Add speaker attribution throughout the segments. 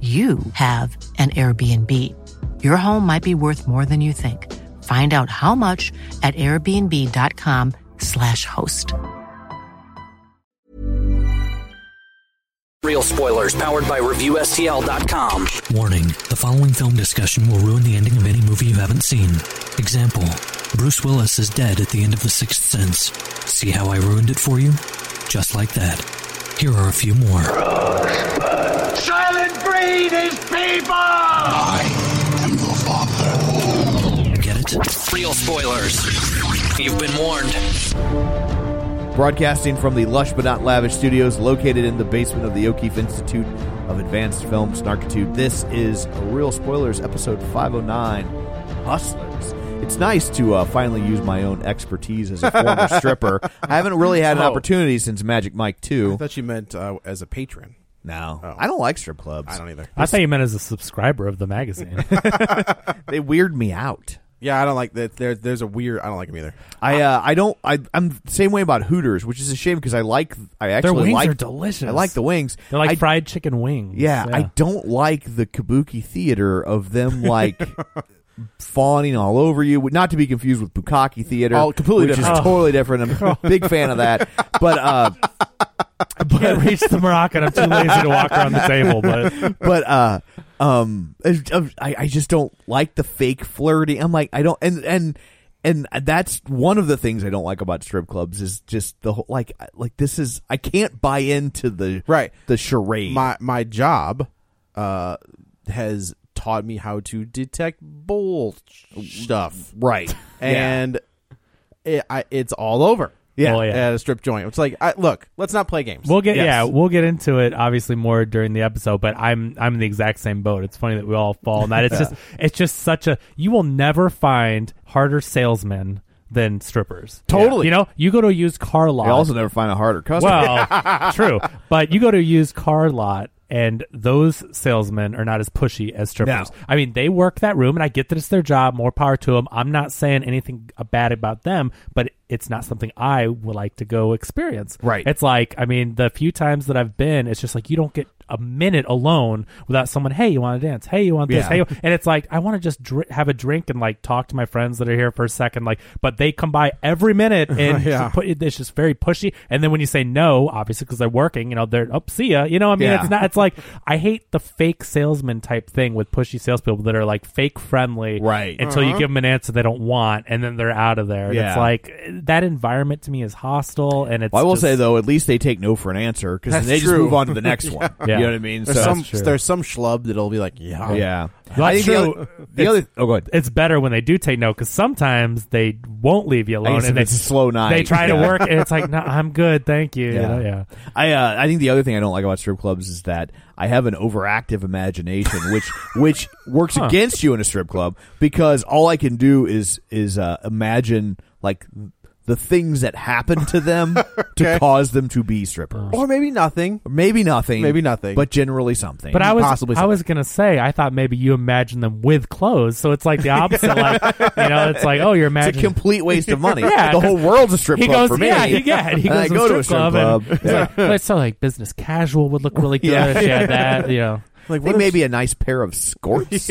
Speaker 1: you have an Airbnb. Your home might be worth more than you think. Find out how much at airbnb.com/slash host.
Speaker 2: Real spoilers powered by ReviewSTL.com.
Speaker 3: Warning the following film discussion will ruin the ending of any movie you haven't seen. Example Bruce Willis is dead at the end of The Sixth Sense. See how I ruined it for you? Just like that. Here are a few more.
Speaker 4: Silent breed is people! I am your father.
Speaker 3: Get it?
Speaker 2: Real spoilers. You've been warned.
Speaker 5: Broadcasting from the lush but not lavish studios located in the basement of the O'Keefe Institute of Advanced Film Snarkitude, this is Real Spoilers, episode 509 Hustlers. It's nice to uh, finally use my own expertise as a former stripper. I haven't really had an
Speaker 6: Oh.
Speaker 5: opportunity since Magic Mike 2.
Speaker 6: I thought you meant uh, as a patron.
Speaker 5: no.
Speaker 6: Oh.
Speaker 5: I don't like strip clubs.
Speaker 6: I don't either.
Speaker 7: I thought you meant as a subscriber of the magazine.
Speaker 5: They weird me out.
Speaker 6: yeah, I don't like that. There, there's a weird. I don't like him either.
Speaker 5: I uh, I don't I I'm the same way about Hooters, which is a shame because I like I actually
Speaker 7: wings
Speaker 5: like
Speaker 7: are delicious.
Speaker 5: I like the wings.
Speaker 7: They're like
Speaker 5: I-
Speaker 7: fried chicken wings.
Speaker 5: Yeah, I don't like the kabuki theater of them like fawning all over you. Not to be confused with bukkake theater.
Speaker 6: Oh, completely
Speaker 5: which
Speaker 6: different.
Speaker 5: is
Speaker 6: Oh.
Speaker 5: totally different. I'm a big fan of that. But uh,
Speaker 7: can't reach the Moroccan. I'm too lazy to walk around the table. But
Speaker 5: but uh um I, I just don't like the fake flirting i'm like i don't and and and that's one of the things i don't like about strip clubs is just the whole like like this is i can't buy into the
Speaker 6: Right.
Speaker 5: the charade
Speaker 6: My my job uh, has taught me how to detect bull stuff,
Speaker 5: right
Speaker 6: and it, I, it's all over.
Speaker 5: Yeah.
Speaker 7: Oh, yeah.
Speaker 6: at a strip joint. It's like, I, look, let's not play games.
Speaker 7: we'll get
Speaker 6: Yes.
Speaker 7: yeah, we'll get into it obviously more during the episode. But I'm I'm in the exact same boat. It's funny that we all fall in that. It's just it's just such a you will never find harder salesmen than strippers.
Speaker 5: Totally.
Speaker 7: You know, you go to a used car lot.
Speaker 5: i also never find a harder customer
Speaker 7: Well, true. But you go to a used car lot, and those salesmen are not as pushy as strippers.
Speaker 5: No.
Speaker 7: I mean, they work that room, and I get that it's their job. More power to them. I'm not saying anything bad about them, but it's not something I would like to go experience.
Speaker 5: Right.
Speaker 7: It's like, I mean, the few times that I've been, it's just like you don't get a minute alone without someone. Hey, you want to dance? Hey, you want this?
Speaker 5: Yeah.
Speaker 7: Hey, you-" and it's like I want to just dr- have a drink and like talk to my friends that are here for a second. Like, but they come by every minute and
Speaker 6: Yeah.
Speaker 7: put it- it's just very pushy. And then when you say no, obviously because they're working, you know, they're up. see ya. You know, what I mean,
Speaker 5: Yeah.
Speaker 7: it's not. It's like I hate the fake salesman type thing with pushy salespeople that are like fake friendly,
Speaker 5: Right.
Speaker 7: Until you give them an answer they don't want, and then they're out of there. And
Speaker 5: Yeah.
Speaker 7: It's like that environment to me is hostile, and it's.
Speaker 5: Well, I will
Speaker 7: just-
Speaker 5: say though, at least they take no for an answer because then
Speaker 6: That's
Speaker 5: they just
Speaker 6: true.
Speaker 5: move on to the next one.
Speaker 7: Yeah.
Speaker 5: You know what I mean?
Speaker 6: There's some
Speaker 7: true.
Speaker 6: there's some schlub that'll be like, yeah,
Speaker 5: yeah,
Speaker 7: That's
Speaker 5: I think the
Speaker 7: true.
Speaker 5: other- The other, oh, go ahead.
Speaker 7: it's better when they do take no because sometimes they won't leave you
Speaker 5: I
Speaker 7: alone
Speaker 5: guess
Speaker 7: and
Speaker 5: if
Speaker 7: they
Speaker 5: it's a slow night.
Speaker 7: They try
Speaker 5: yeah.
Speaker 7: to work and it's like, no, I'm good, thank you.
Speaker 5: Yeah.
Speaker 7: Yeah, yeah.
Speaker 5: I uh, I think the other thing I don't like about strip clubs is that I have an overactive imagination, which which works against you in a strip club because all I can do is is uh, imagine like the things that happen to them to cause them to be strippers.
Speaker 6: or maybe nothing.
Speaker 5: Maybe nothing.
Speaker 6: Maybe nothing.
Speaker 5: But generally something.
Speaker 7: But I was,
Speaker 6: possibly
Speaker 7: I was gonna say, I thought maybe you imagine them with clothes, so it's like the opposite. like, you know, it's like, oh, you're
Speaker 5: it's a
Speaker 7: imagining.
Speaker 5: complete waste of money.
Speaker 7: Yeah,
Speaker 5: the whole world's a strip
Speaker 7: he
Speaker 5: club
Speaker 7: goes,
Speaker 5: for me.
Speaker 7: yeah, he, yeah.
Speaker 5: And
Speaker 7: He goes
Speaker 5: I
Speaker 7: to
Speaker 5: go
Speaker 7: a
Speaker 5: to a strip club.
Speaker 7: and it's like, well, it's so like business casual would look really good
Speaker 5: Yeah.
Speaker 7: if she had that, you know.
Speaker 5: Like what maybe a nice pair of skirts.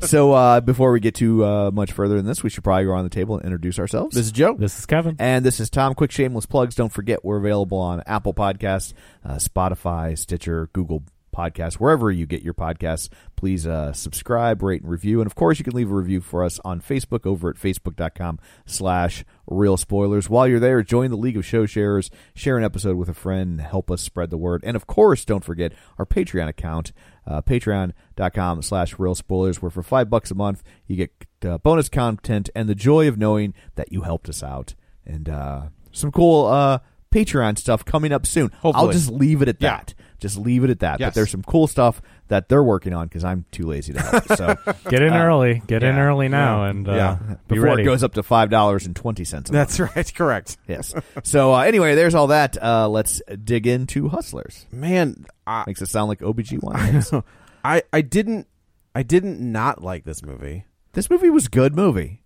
Speaker 5: so uh, before we get too uh, much further than this, we should probably go around the table and introduce ourselves.
Speaker 6: This is Joe.
Speaker 7: This is Kevin.
Speaker 5: And this is Tom. Quick shameless plugs. Don't forget we're available on Apple Podcasts, uh, Spotify, Stitcher, Google Podcasts. Wherever you get your podcasts, please uh, subscribe, rate, and review. And of course, you can leave a review for us on Facebook over at facebook.com slash real spoilers. While you're there, join the League of Show Sharers, share an episode with a friend, and help us spread the word. And of course, don't forget our Patreon account, uh, patreon.com slash real spoilers, where for five bucks a month, you get uh, bonus content and the joy of knowing that you helped us out. And uh, some cool uh, Patreon stuff coming up soon. I'll
Speaker 6: Hopefully.
Speaker 5: just leave it at
Speaker 6: Yeah.
Speaker 5: that. Just leave it at that. But
Speaker 6: Yes.
Speaker 5: there's some cool stuff that they're working on because I'm too lazy to help. So
Speaker 6: Uh,
Speaker 7: Get in early. Get in
Speaker 5: Uh, yeah.
Speaker 7: early now and uh, be
Speaker 5: before
Speaker 7: ready.
Speaker 5: it goes up to five dollars and twenty cents.
Speaker 6: That's right. Correct.
Speaker 5: Yes. So uh, anyway, there's all that. Uh, let's dig into Hustlers.
Speaker 6: Man, I,
Speaker 5: Makes it sound like OBGYN.
Speaker 6: I I didn't I didn't not like this movie.
Speaker 5: this movie was a good movie.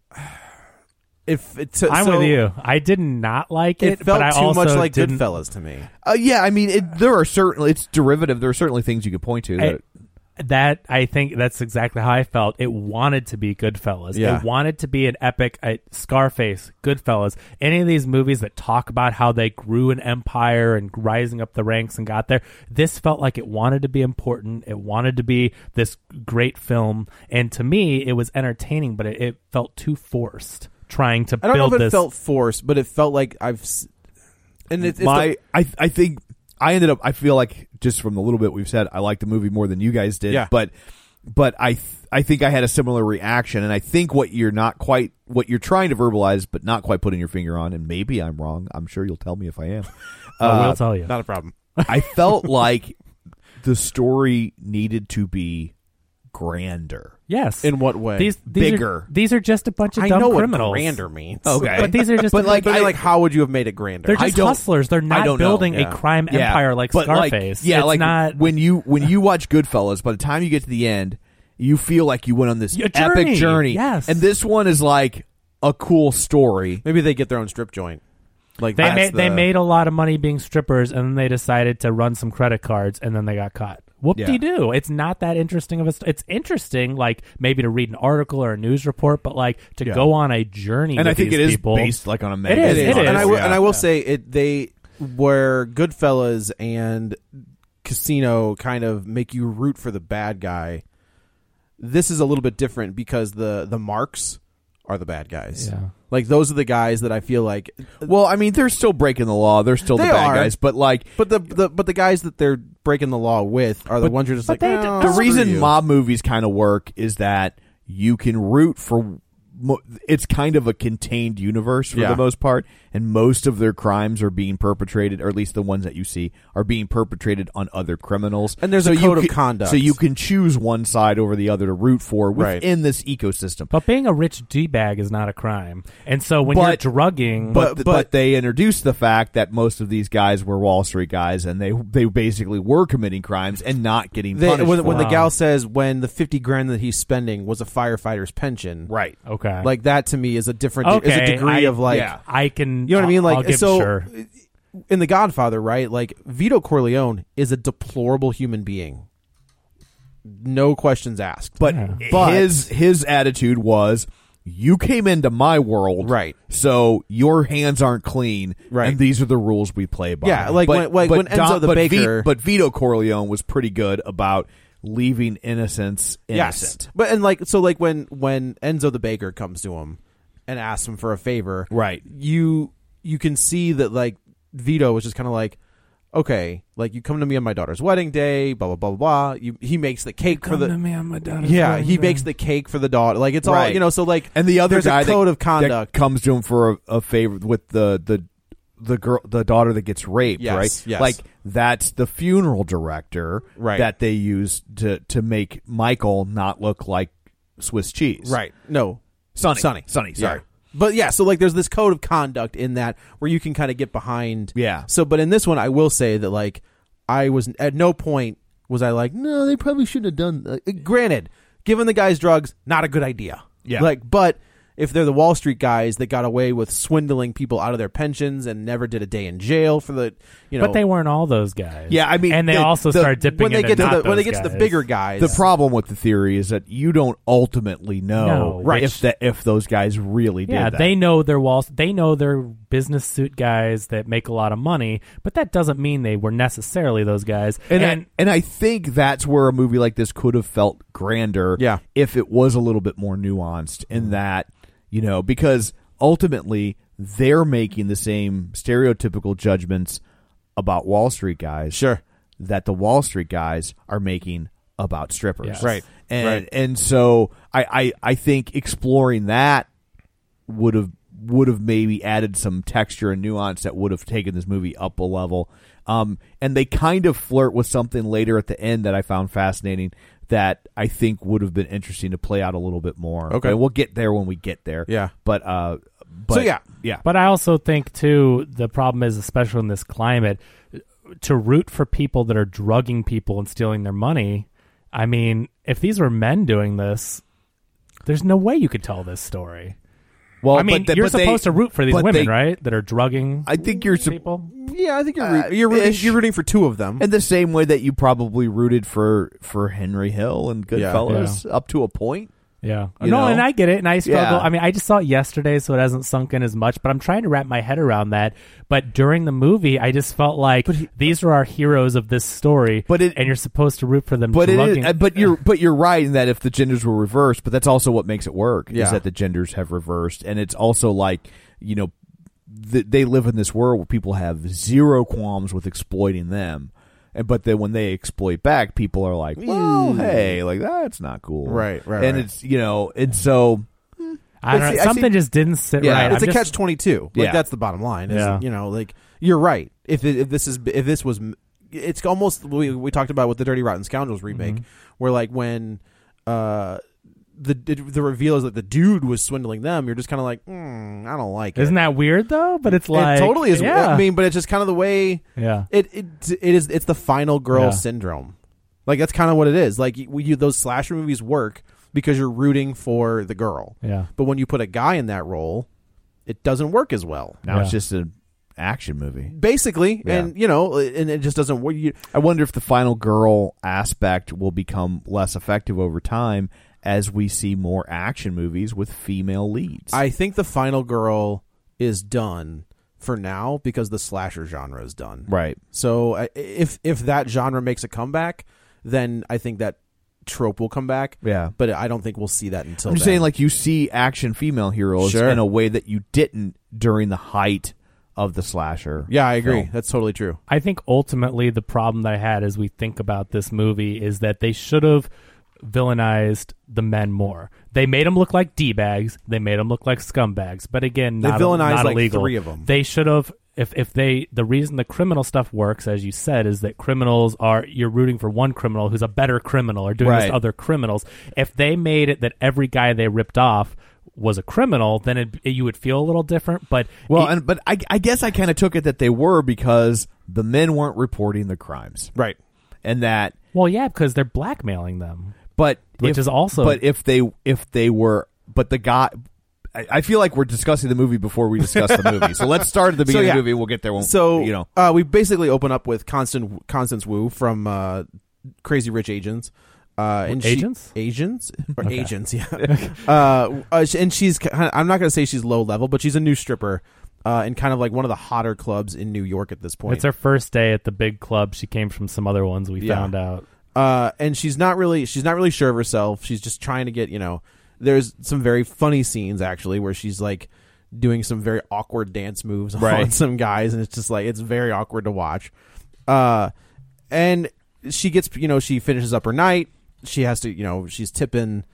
Speaker 6: If it so-
Speaker 7: I'm
Speaker 6: so
Speaker 7: with you. I did not like
Speaker 6: It
Speaker 7: it.
Speaker 6: felt
Speaker 7: but I
Speaker 6: too much
Speaker 7: also
Speaker 6: like
Speaker 7: didn't,
Speaker 6: Goodfellas to me.
Speaker 5: Uh, yeah, I mean, it, there are certainly it's derivative. There are certainly things you could point to. That,
Speaker 7: I- that I think that's exactly how I felt. It wanted to be Goodfellas.
Speaker 6: Yeah.
Speaker 7: It wanted to be an epic uh, Scarface, Goodfellas. Any of these movies that talk about how they grew an empire and rising up the ranks and got there, this felt like it wanted to be important. It wanted to be this great film, and to me, it was entertaining, but it, it felt too forced. Trying to
Speaker 6: I don't
Speaker 7: build
Speaker 6: know if it
Speaker 7: this
Speaker 6: felt forced, but it felt like I've. s- And it's, it's
Speaker 5: my,
Speaker 6: the-
Speaker 5: I, I think I ended up. I feel like just from the little bit we've said, I liked the movie more than you guys did.
Speaker 6: Yeah.
Speaker 5: But, but I, th- I think I had a similar reaction, and I think what you're not quite, what you're trying to verbalize, but not quite putting your finger on, and maybe I'm wrong. I'm sure you'll tell me if I am.
Speaker 7: I
Speaker 6: uh,
Speaker 7: will tell you.
Speaker 6: not a problem.
Speaker 5: I felt like the story needed to be grander.
Speaker 7: Yes.
Speaker 6: In what way?
Speaker 7: These, these
Speaker 5: Bigger.
Speaker 7: Are, these are just a bunch of
Speaker 6: I
Speaker 7: dumb
Speaker 6: know what
Speaker 7: criminals.
Speaker 6: grander means.
Speaker 5: Okay.
Speaker 7: But these are just
Speaker 5: But, like,
Speaker 6: But
Speaker 5: I-
Speaker 6: like, how would you have made it grander?
Speaker 7: they're
Speaker 5: I
Speaker 7: just
Speaker 5: don't-
Speaker 7: hustlers. They're
Speaker 5: I
Speaker 7: not
Speaker 5: don't know.
Speaker 7: building
Speaker 6: Yeah.
Speaker 7: a crime
Speaker 5: Yeah.
Speaker 7: empire like
Speaker 5: But,
Speaker 7: Scarface.
Speaker 5: yeah,
Speaker 7: it's
Speaker 5: like
Speaker 7: not
Speaker 5: when you when you watch Goodfellas, by the time you get to the end, you feel like you went on this
Speaker 7: Yeah,
Speaker 5: epic
Speaker 7: journey,
Speaker 5: journey.
Speaker 7: yes.
Speaker 5: And this one is like a cool story.
Speaker 6: Maybe they get their own strip joint. Like
Speaker 7: they
Speaker 6: that's
Speaker 7: made they
Speaker 6: the-
Speaker 7: made a lot of money being strippers, and then they decided to run some credit cards, and then they got caught. Whoop de doo! It's not that interesting of a. St- it's interesting, like maybe to read an article or a news report, but like to
Speaker 5: Yeah.
Speaker 7: go on a journey.
Speaker 5: And I
Speaker 7: with
Speaker 5: think
Speaker 7: these
Speaker 5: it is
Speaker 7: people,
Speaker 5: based like on a
Speaker 7: It
Speaker 5: magazine.
Speaker 7: is, it
Speaker 5: on
Speaker 7: is.
Speaker 6: And I will, and I
Speaker 5: Yeah.
Speaker 6: will say it. They were Goodfellas and Casino kind of make you root for the bad guy. This is a little bit different because the the marks are the bad guys.
Speaker 7: Yeah.
Speaker 6: Like those are the guys that I feel like.
Speaker 5: Well, I mean, they're still breaking the law. They're still
Speaker 6: They
Speaker 5: the bad
Speaker 6: are.
Speaker 5: guys, but like
Speaker 6: But the, the but the guys that they're breaking the law with are the ones you're just like.
Speaker 7: but they d-
Speaker 6: "Oh,
Speaker 5: the
Speaker 6: screw
Speaker 5: reason
Speaker 6: you."
Speaker 5: mob movies kind of work is that you can root for mo- it's kind of a contained universe for
Speaker 6: Yeah.
Speaker 5: the most part and most of their crimes are being perpetrated or at least the ones that you see are being perpetrated on other criminals
Speaker 6: And there's a
Speaker 5: you
Speaker 6: code of
Speaker 5: can-
Speaker 6: conduct.
Speaker 5: so you can choose one side over the other to root for
Speaker 6: Right.
Speaker 5: within this ecosystem
Speaker 7: But being a rich d bag is not a crime, and so when
Speaker 5: But-
Speaker 7: you're drugging,
Speaker 5: but, but,
Speaker 6: But- but-
Speaker 5: they introduced the fact that most of these guys were Wall Street guys, and they they basically were committing crimes and not getting
Speaker 6: They,
Speaker 5: punished.
Speaker 6: when
Speaker 5: for
Speaker 6: when
Speaker 5: it.
Speaker 6: the gal says when the fifty grand that he's spending was a firefighter's pension,
Speaker 5: right,
Speaker 7: okay,
Speaker 6: Like that to me is a different is
Speaker 7: Okay,
Speaker 6: a degree
Speaker 7: I-
Speaker 6: of like
Speaker 5: yeah.
Speaker 7: I can.
Speaker 6: You know what I mean? Like
Speaker 7: I'll give-
Speaker 6: so
Speaker 7: sure.
Speaker 6: in The Godfather, right? Like Vito Corleone is a deplorable human being. No questions asked.
Speaker 5: But,
Speaker 6: But-
Speaker 5: his his attitude was you came into my world
Speaker 6: Right.
Speaker 5: so your hands aren't clean
Speaker 6: Right.
Speaker 5: and these are the rules we play by
Speaker 6: Yeah, like when- like when Enzo the
Speaker 5: but
Speaker 6: Baker-
Speaker 5: but Vito Corleone was pretty good about leaving innocence innocent
Speaker 6: yes. But and like so like when when Enzo the baker comes to him and asks him for a favor,
Speaker 5: right
Speaker 6: you you can see that like Vito was just kind of like okay, like you come to me on my daughter's wedding day, blah blah blah blah. blah. You he makes the cake for the Yeah, he makes the cake for the daughter. Like it's all
Speaker 5: Right.
Speaker 6: you know. So like,
Speaker 5: and the other
Speaker 6: there's
Speaker 5: guy
Speaker 6: a code
Speaker 5: that,
Speaker 6: of conduct.
Speaker 5: that comes to him for a, a favor with the the the girl the daughter that gets raped
Speaker 6: Yes,
Speaker 5: right
Speaker 6: yes.
Speaker 5: like that's the funeral director
Speaker 6: Right.
Speaker 5: that they use to to make Michael not look like Swiss cheese
Speaker 6: right? No,
Speaker 5: Sonny
Speaker 6: Sonny,
Speaker 5: Sonny
Speaker 6: Yeah.
Speaker 5: sorry
Speaker 6: But yeah, so like, there's this code of conduct in that where you can kind of get behind.
Speaker 5: Yeah.
Speaker 6: So, but in this one, I will say that like, I was at no point was I like, no, eh, they probably shouldn't have done. That. Granted, given the guy's drugs, not a good idea.
Speaker 5: Yeah.
Speaker 6: Like, but if they're the Wall Street guys that got away with swindling people out of their pensions and never did a day in jail for the you know
Speaker 7: but they weren't all those guys.
Speaker 5: Yeah, I mean,
Speaker 7: and they
Speaker 5: the-
Speaker 7: also
Speaker 5: the-
Speaker 7: start dipping
Speaker 6: when they
Speaker 7: into
Speaker 6: get to
Speaker 7: not
Speaker 6: the, when they
Speaker 7: those
Speaker 6: get to the
Speaker 7: guys.
Speaker 6: bigger guys
Speaker 5: The problem with the theory is that you don't ultimately know
Speaker 7: No, Right.
Speaker 5: if the, if those guys really did
Speaker 7: Yeah,
Speaker 5: that.
Speaker 7: they know their walls. They know their business suit guys that make a lot of money, but that doesn't mean they were necessarily those guys.
Speaker 5: and I, and I think that's where a movie like this could have felt grander
Speaker 6: Yeah. Mm-hmm.
Speaker 5: if it was a little bit more nuanced in that you know because ultimately they're making the same stereotypical judgments about Wall Street guys
Speaker 6: Sure.
Speaker 5: that the Wall Street guys are making about strippers
Speaker 7: Yes.
Speaker 6: Right.
Speaker 5: and
Speaker 6: Right.
Speaker 5: and so I, I I think exploring that would have would have maybe added some texture and nuance that would have taken this movie up a level. Um, and they kind of flirt with something later at the end that I found fascinating that I think would have been interesting to play out a little bit more.
Speaker 6: Okay.
Speaker 5: And we'll get there when we get there.
Speaker 6: Yeah.
Speaker 5: But uh, but
Speaker 6: So, yeah.
Speaker 5: yeah,
Speaker 7: But I also think too the problem is especially in this climate to root for people that are drugging people and stealing their money. I mean, if these were men doing this, there's no way you could tell this story.
Speaker 5: well,
Speaker 7: I mean,
Speaker 5: but the-
Speaker 7: you're
Speaker 5: but they-
Speaker 7: supposed to root for these
Speaker 5: but
Speaker 7: women,
Speaker 5: they-
Speaker 7: right? That are drugging
Speaker 5: I think you're sup-
Speaker 7: people.
Speaker 6: yeah I think you're root-
Speaker 5: Uh,
Speaker 6: you're rooting,
Speaker 5: ish.
Speaker 6: you're rooting for two of them
Speaker 5: in the same way that you probably rooted for for Henry Hill and
Speaker 6: Yeah.
Speaker 5: Goodfellas up to a point.
Speaker 7: Yeah.
Speaker 5: You
Speaker 7: no,
Speaker 5: know?
Speaker 7: and I get it, and I struggle.
Speaker 5: Yeah.
Speaker 7: I mean, I just saw it yesterday, so it hasn't sunk in as much. But I'm trying to wrap my head around that. But during the movie, I just felt like these are our heroes of this story.
Speaker 5: But it-
Speaker 7: and you're supposed to root for them.
Speaker 5: But it
Speaker 7: drugging-
Speaker 5: is, uh, but you're but you're right in that if the genders were reversed, but that's also what makes it work
Speaker 6: Yeah.
Speaker 5: is that the genders have reversed, and it's also like you know th- they live in this world where people have zero qualms with exploiting them, and but then when they exploit back, people are like, well, hey, like that's not cool,
Speaker 6: Mm. Right, right,
Speaker 5: and
Speaker 6: right.
Speaker 5: it's you know, and so
Speaker 7: I don't
Speaker 6: I see-
Speaker 7: know,
Speaker 6: I see-
Speaker 7: something just didn't sit
Speaker 5: Yeah,
Speaker 7: right.
Speaker 6: it's
Speaker 7: I'm
Speaker 6: a
Speaker 7: just-
Speaker 6: catch twenty two. Like
Speaker 5: Yeah.
Speaker 6: that's the bottom line. is,
Speaker 7: Yeah.
Speaker 6: you know, like you're right. If it, if this is if this was, it's almost we we talked about with the Dirty Rotten Scoundrels remake,
Speaker 7: Mm-hmm.
Speaker 6: where like when, uh, the the reveal is that the dude was swindling them. You're just kind of like, mm, I don't like
Speaker 7: Isn't
Speaker 6: it.
Speaker 7: that weird though? But it's
Speaker 6: It
Speaker 7: like
Speaker 6: totally is.
Speaker 7: Yeah.
Speaker 6: I mean, but it's just kind of the way
Speaker 7: yeah.
Speaker 6: it it it is. It's the final girl
Speaker 7: Yeah.
Speaker 6: syndrome. Like that's kind of what it is. Like you, you, those slasher movies work because you're rooting for the girl.
Speaker 7: Yeah.
Speaker 6: But when you put a guy in that role, it doesn't work as well.
Speaker 5: now it's
Speaker 7: Yeah.
Speaker 5: just an action movie.
Speaker 6: Basically,
Speaker 5: Yeah.
Speaker 6: and you know, and it just doesn't work. You,
Speaker 5: I wonder if the final girl aspect will become less effective over time as we see more action movies with female leads.
Speaker 6: I think the final girl is done for now because the slasher genre is done.
Speaker 5: right.
Speaker 6: So I- if if that genre makes a comeback, then I think that trope will come back.
Speaker 5: Yeah.
Speaker 6: But I don't think we'll see that until.
Speaker 5: I'm just
Speaker 6: then.
Speaker 5: saying, like you see action female heroes
Speaker 6: Sure.
Speaker 5: in a way that you didn't during the height of the slasher.
Speaker 6: yeah, I agree.
Speaker 5: film.
Speaker 6: That's totally true.
Speaker 7: I think ultimately the problem that I had as we think about this movie is that they should have villainized the men more. They made them look like d bags. They made them look like scumbags. But again,
Speaker 6: They
Speaker 7: not,
Speaker 6: villainized,
Speaker 7: not
Speaker 6: like,
Speaker 7: illegal.
Speaker 6: three of 'em.
Speaker 7: They should have. If, if they the reason the criminal stuff works as you said is that criminals are you're rooting for one criminal who's a better criminal or doing this
Speaker 5: Right.
Speaker 7: to other criminals if they made it that every guy they ripped off was a criminal then it, you would feel a little different but
Speaker 5: Well,
Speaker 7: it-
Speaker 6: E-
Speaker 5: and but I, I guess I kind of took it that they were because the men weren't reporting the crimes,
Speaker 6: Right.
Speaker 5: and that
Speaker 7: well yeah because they're blackmailing them
Speaker 5: but
Speaker 7: Which
Speaker 5: if-
Speaker 7: is also-
Speaker 5: but if they if they were but the guy. I I feel like we're discussing the movie before we discuss the movie. So let's start at the beginning
Speaker 6: yeah.
Speaker 5: of the movie. We'll get there. When,
Speaker 6: So
Speaker 5: you know,
Speaker 6: uh, we basically open up with Constant Constance Wu from uh, Crazy Rich Agents. Uh, and she-
Speaker 7: Agents?
Speaker 6: agents, or agents, yeah. uh, uh, sh- and she's kind of, I'm not gonna say she's low level, but she's a new stripper, uh, and kind of like one of the hotter clubs in New York at this point.
Speaker 7: It's her first day at the big club. She came from some other ones we
Speaker 6: Yeah.
Speaker 7: found out.
Speaker 6: uh, and she's not really she's not really sure of herself. She's just trying to get you know. There's some very funny scenes actually where she's like doing some very awkward dance moves on
Speaker 5: Right.
Speaker 6: some guys, and it's just like it's very awkward to watch. Uh, and she gets you know she finishes up her night. She has to you know she's tipping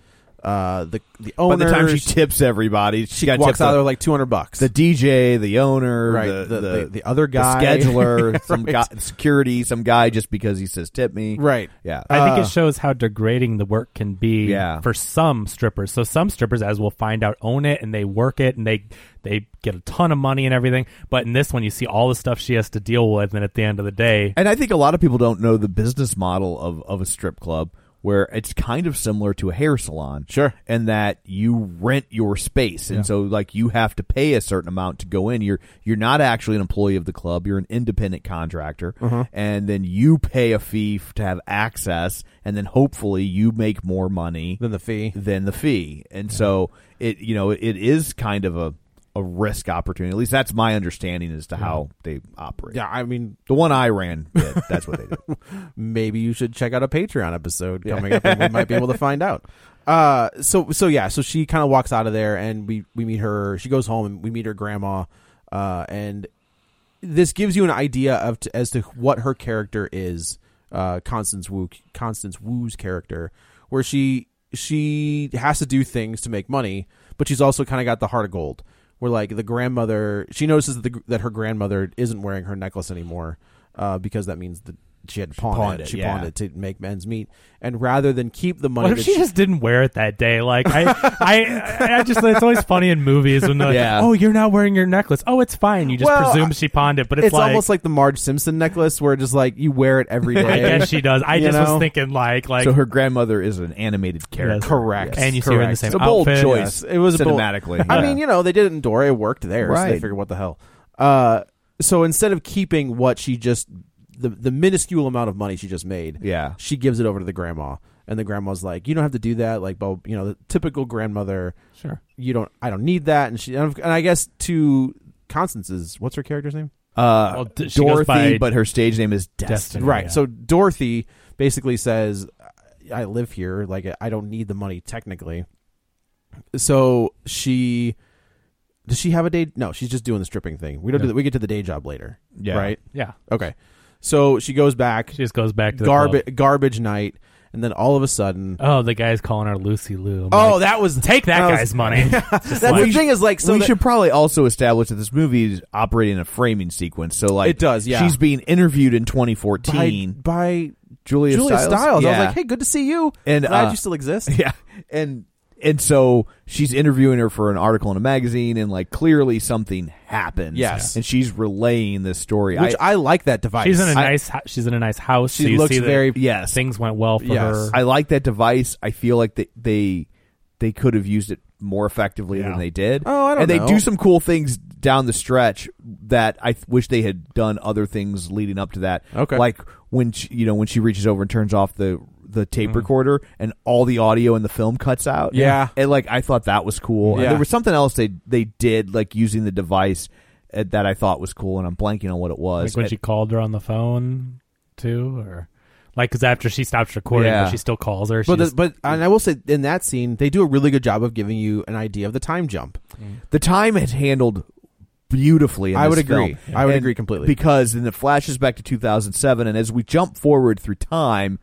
Speaker 6: uh, the the
Speaker 5: by
Speaker 6: owner.
Speaker 5: the time she tips everybody, she, got
Speaker 6: walks
Speaker 5: tipped
Speaker 6: out of there with, like two hundred bucks.
Speaker 5: the DJ, the owner,
Speaker 6: Right,
Speaker 5: the, the,
Speaker 6: the- the- the other guy.
Speaker 5: scheduler, some guy,
Speaker 6: Right.
Speaker 5: security, some guy just because he says tip me.
Speaker 6: right.
Speaker 5: Yeah.
Speaker 7: I think
Speaker 6: Uh,
Speaker 7: it shows how degrading the work can be
Speaker 5: Yeah.
Speaker 7: for some strippers. So some strippers, as we'll find out, own it and they work it and they they get a ton of money and everything. But in this one, you see all the stuff she has to deal with, and at the end of the day,
Speaker 5: and I think a lot of people don't know the business model of, of a strip club, where it's kind of similar to a hair salon.
Speaker 6: Sure.
Speaker 5: And that you rent your space. And so like you have to pay a certain amount to go in. You're you're not actually an employee of the club. You're an independent contractor.
Speaker 6: Uh-huh.
Speaker 5: And then you pay a fee f- to have access and then hopefully you make more money
Speaker 6: Than the fee.
Speaker 5: than the fee. And so it you know it is kind of a a risk opportunity. At least that's my understanding as to how they operate.
Speaker 6: Yeah, I mean,
Speaker 5: The one I ran, did, that's what they did.
Speaker 6: maybe you should check out a Patreon episode coming up, and we might be able to find out. Uh, so so yeah, so she kind of walks out of there, and we we meet her. She goes home, and we meet her grandma, uh, and this gives you an idea of t- as to what her character is. Uh, Constance Wu, Constance Wu's character, where she she has to do things to make money, but she's also kind of got the heart of gold. Where like the grandmother, she notices that, the, that her grandmother isn't wearing her necklace anymore, uh, because that means that she had pawned,
Speaker 5: pawned
Speaker 6: it.
Speaker 5: it,
Speaker 6: She
Speaker 5: yeah.
Speaker 6: pawned it to make men's meat, and rather than keep the money,
Speaker 7: What if
Speaker 6: that
Speaker 7: she just didn't wear it that day? Like I, I, I just it's always funny in movies when they're like,
Speaker 5: Yeah.
Speaker 7: "Oh, you're not wearing your necklace. Oh, it's fine. You just
Speaker 6: Well,
Speaker 7: presume she pawned it." But
Speaker 6: it's,
Speaker 7: it's, like,
Speaker 6: almost like the Marge Simpson necklace, where just like you wear it every day.
Speaker 7: I guess she does. I
Speaker 6: You
Speaker 7: just
Speaker 6: know?
Speaker 7: was thinking like like
Speaker 5: so her grandmother is an animated character.
Speaker 6: Correct.
Speaker 7: and you see her in the
Speaker 6: Correct.
Speaker 7: same
Speaker 5: It's a bold
Speaker 7: outfit.
Speaker 5: choice.
Speaker 6: Yes, it was a bold-
Speaker 5: cinematically.
Speaker 6: I
Speaker 5: yeah.
Speaker 6: mean, you know, they did it in Dory. It worked there, so
Speaker 5: Right.
Speaker 6: they figured, what the hell. Uh, so instead of keeping what she just the the minuscule amount of money she just made,
Speaker 5: Yeah.
Speaker 6: she gives it over to the grandma, and the grandma's like, "You don't have to do that." Like, well, you know, the typical grandmother.
Speaker 7: Sure.
Speaker 6: You don't. I don't need that. And she and I guess to Constance's what's her character's name?
Speaker 5: uh,
Speaker 7: Well, d- she goes
Speaker 5: Dorothy,
Speaker 7: by-
Speaker 5: but her stage name is Destiny.
Speaker 7: Destiny.
Speaker 6: Right.
Speaker 7: Yeah.
Speaker 6: So Dorothy basically says, "I live here. Like I don't need the money technically." So she does she have a day? No, she's just doing the stripping thing. We don't. Do the, we get to the day job later.
Speaker 5: Yeah.
Speaker 6: Right.
Speaker 7: yeah,
Speaker 6: Okay. So she goes back.
Speaker 7: she just goes back to the club.
Speaker 6: Garbage. Garbage night, and then all of a sudden.
Speaker 7: Oh, the guy's calling her Lucy Lou. I'm
Speaker 6: Oh,
Speaker 7: like,
Speaker 6: that was
Speaker 7: take that
Speaker 6: I was-
Speaker 7: guy's money.
Speaker 6: That's the thing is like so
Speaker 5: we
Speaker 6: that-
Speaker 5: should probably also establish that this movie is operating in a framing sequence. So like
Speaker 6: It does, yeah.
Speaker 5: She's being interviewed in
Speaker 6: by,
Speaker 5: 2014.
Speaker 6: by
Speaker 5: Julia,
Speaker 6: Julia Stiles. I
Speaker 5: Yeah.
Speaker 6: was like, hey, good to see you.
Speaker 5: And,
Speaker 6: glad
Speaker 5: uh,
Speaker 6: you still exist.
Speaker 5: Yeah, and and so she's interviewing her for an article in a magazine, and like clearly something happens.
Speaker 6: Yes.
Speaker 5: and she's relaying this story.
Speaker 6: Which
Speaker 5: I,
Speaker 6: I, like that device.
Speaker 7: she's in a
Speaker 6: I-
Speaker 7: nice. hou- She's in a nice house.
Speaker 6: She
Speaker 7: so you
Speaker 6: looks
Speaker 7: see that
Speaker 6: very-
Speaker 5: yes.
Speaker 7: Things went well for
Speaker 6: Yes.
Speaker 7: her.
Speaker 5: I like that device. I feel like they they, they could have used it more effectively than they did.
Speaker 6: Oh, I don't
Speaker 5: And
Speaker 6: know.
Speaker 5: they do some cool things down the stretch that I th- wish they had done other things leading up to that.
Speaker 6: Okay.
Speaker 5: like when she, you know when she reaches over and turns off the the tape recorder and all the audio in the film cuts out.
Speaker 6: Mm-hmm. Yeah.
Speaker 5: and like I thought that was cool. And
Speaker 6: Yeah.
Speaker 5: there was something else they they did like using the device. uh, That I thought was cool, and I'm blanking on what it was.
Speaker 7: Like when
Speaker 5: And-
Speaker 7: she called her on the phone too, or like because after she stops recording,
Speaker 5: Yeah.
Speaker 7: but she still calls her. She
Speaker 6: But the,
Speaker 7: just-
Speaker 6: but and I will say in that scene they do a really good job of giving you an idea of the time jump.
Speaker 5: the time is handled beautifully. in
Speaker 6: I
Speaker 5: this
Speaker 6: would agree.
Speaker 5: film.
Speaker 6: I would
Speaker 5: And
Speaker 6: agree completely.
Speaker 5: because then it flashes back to 2007, and as we jump forward through time,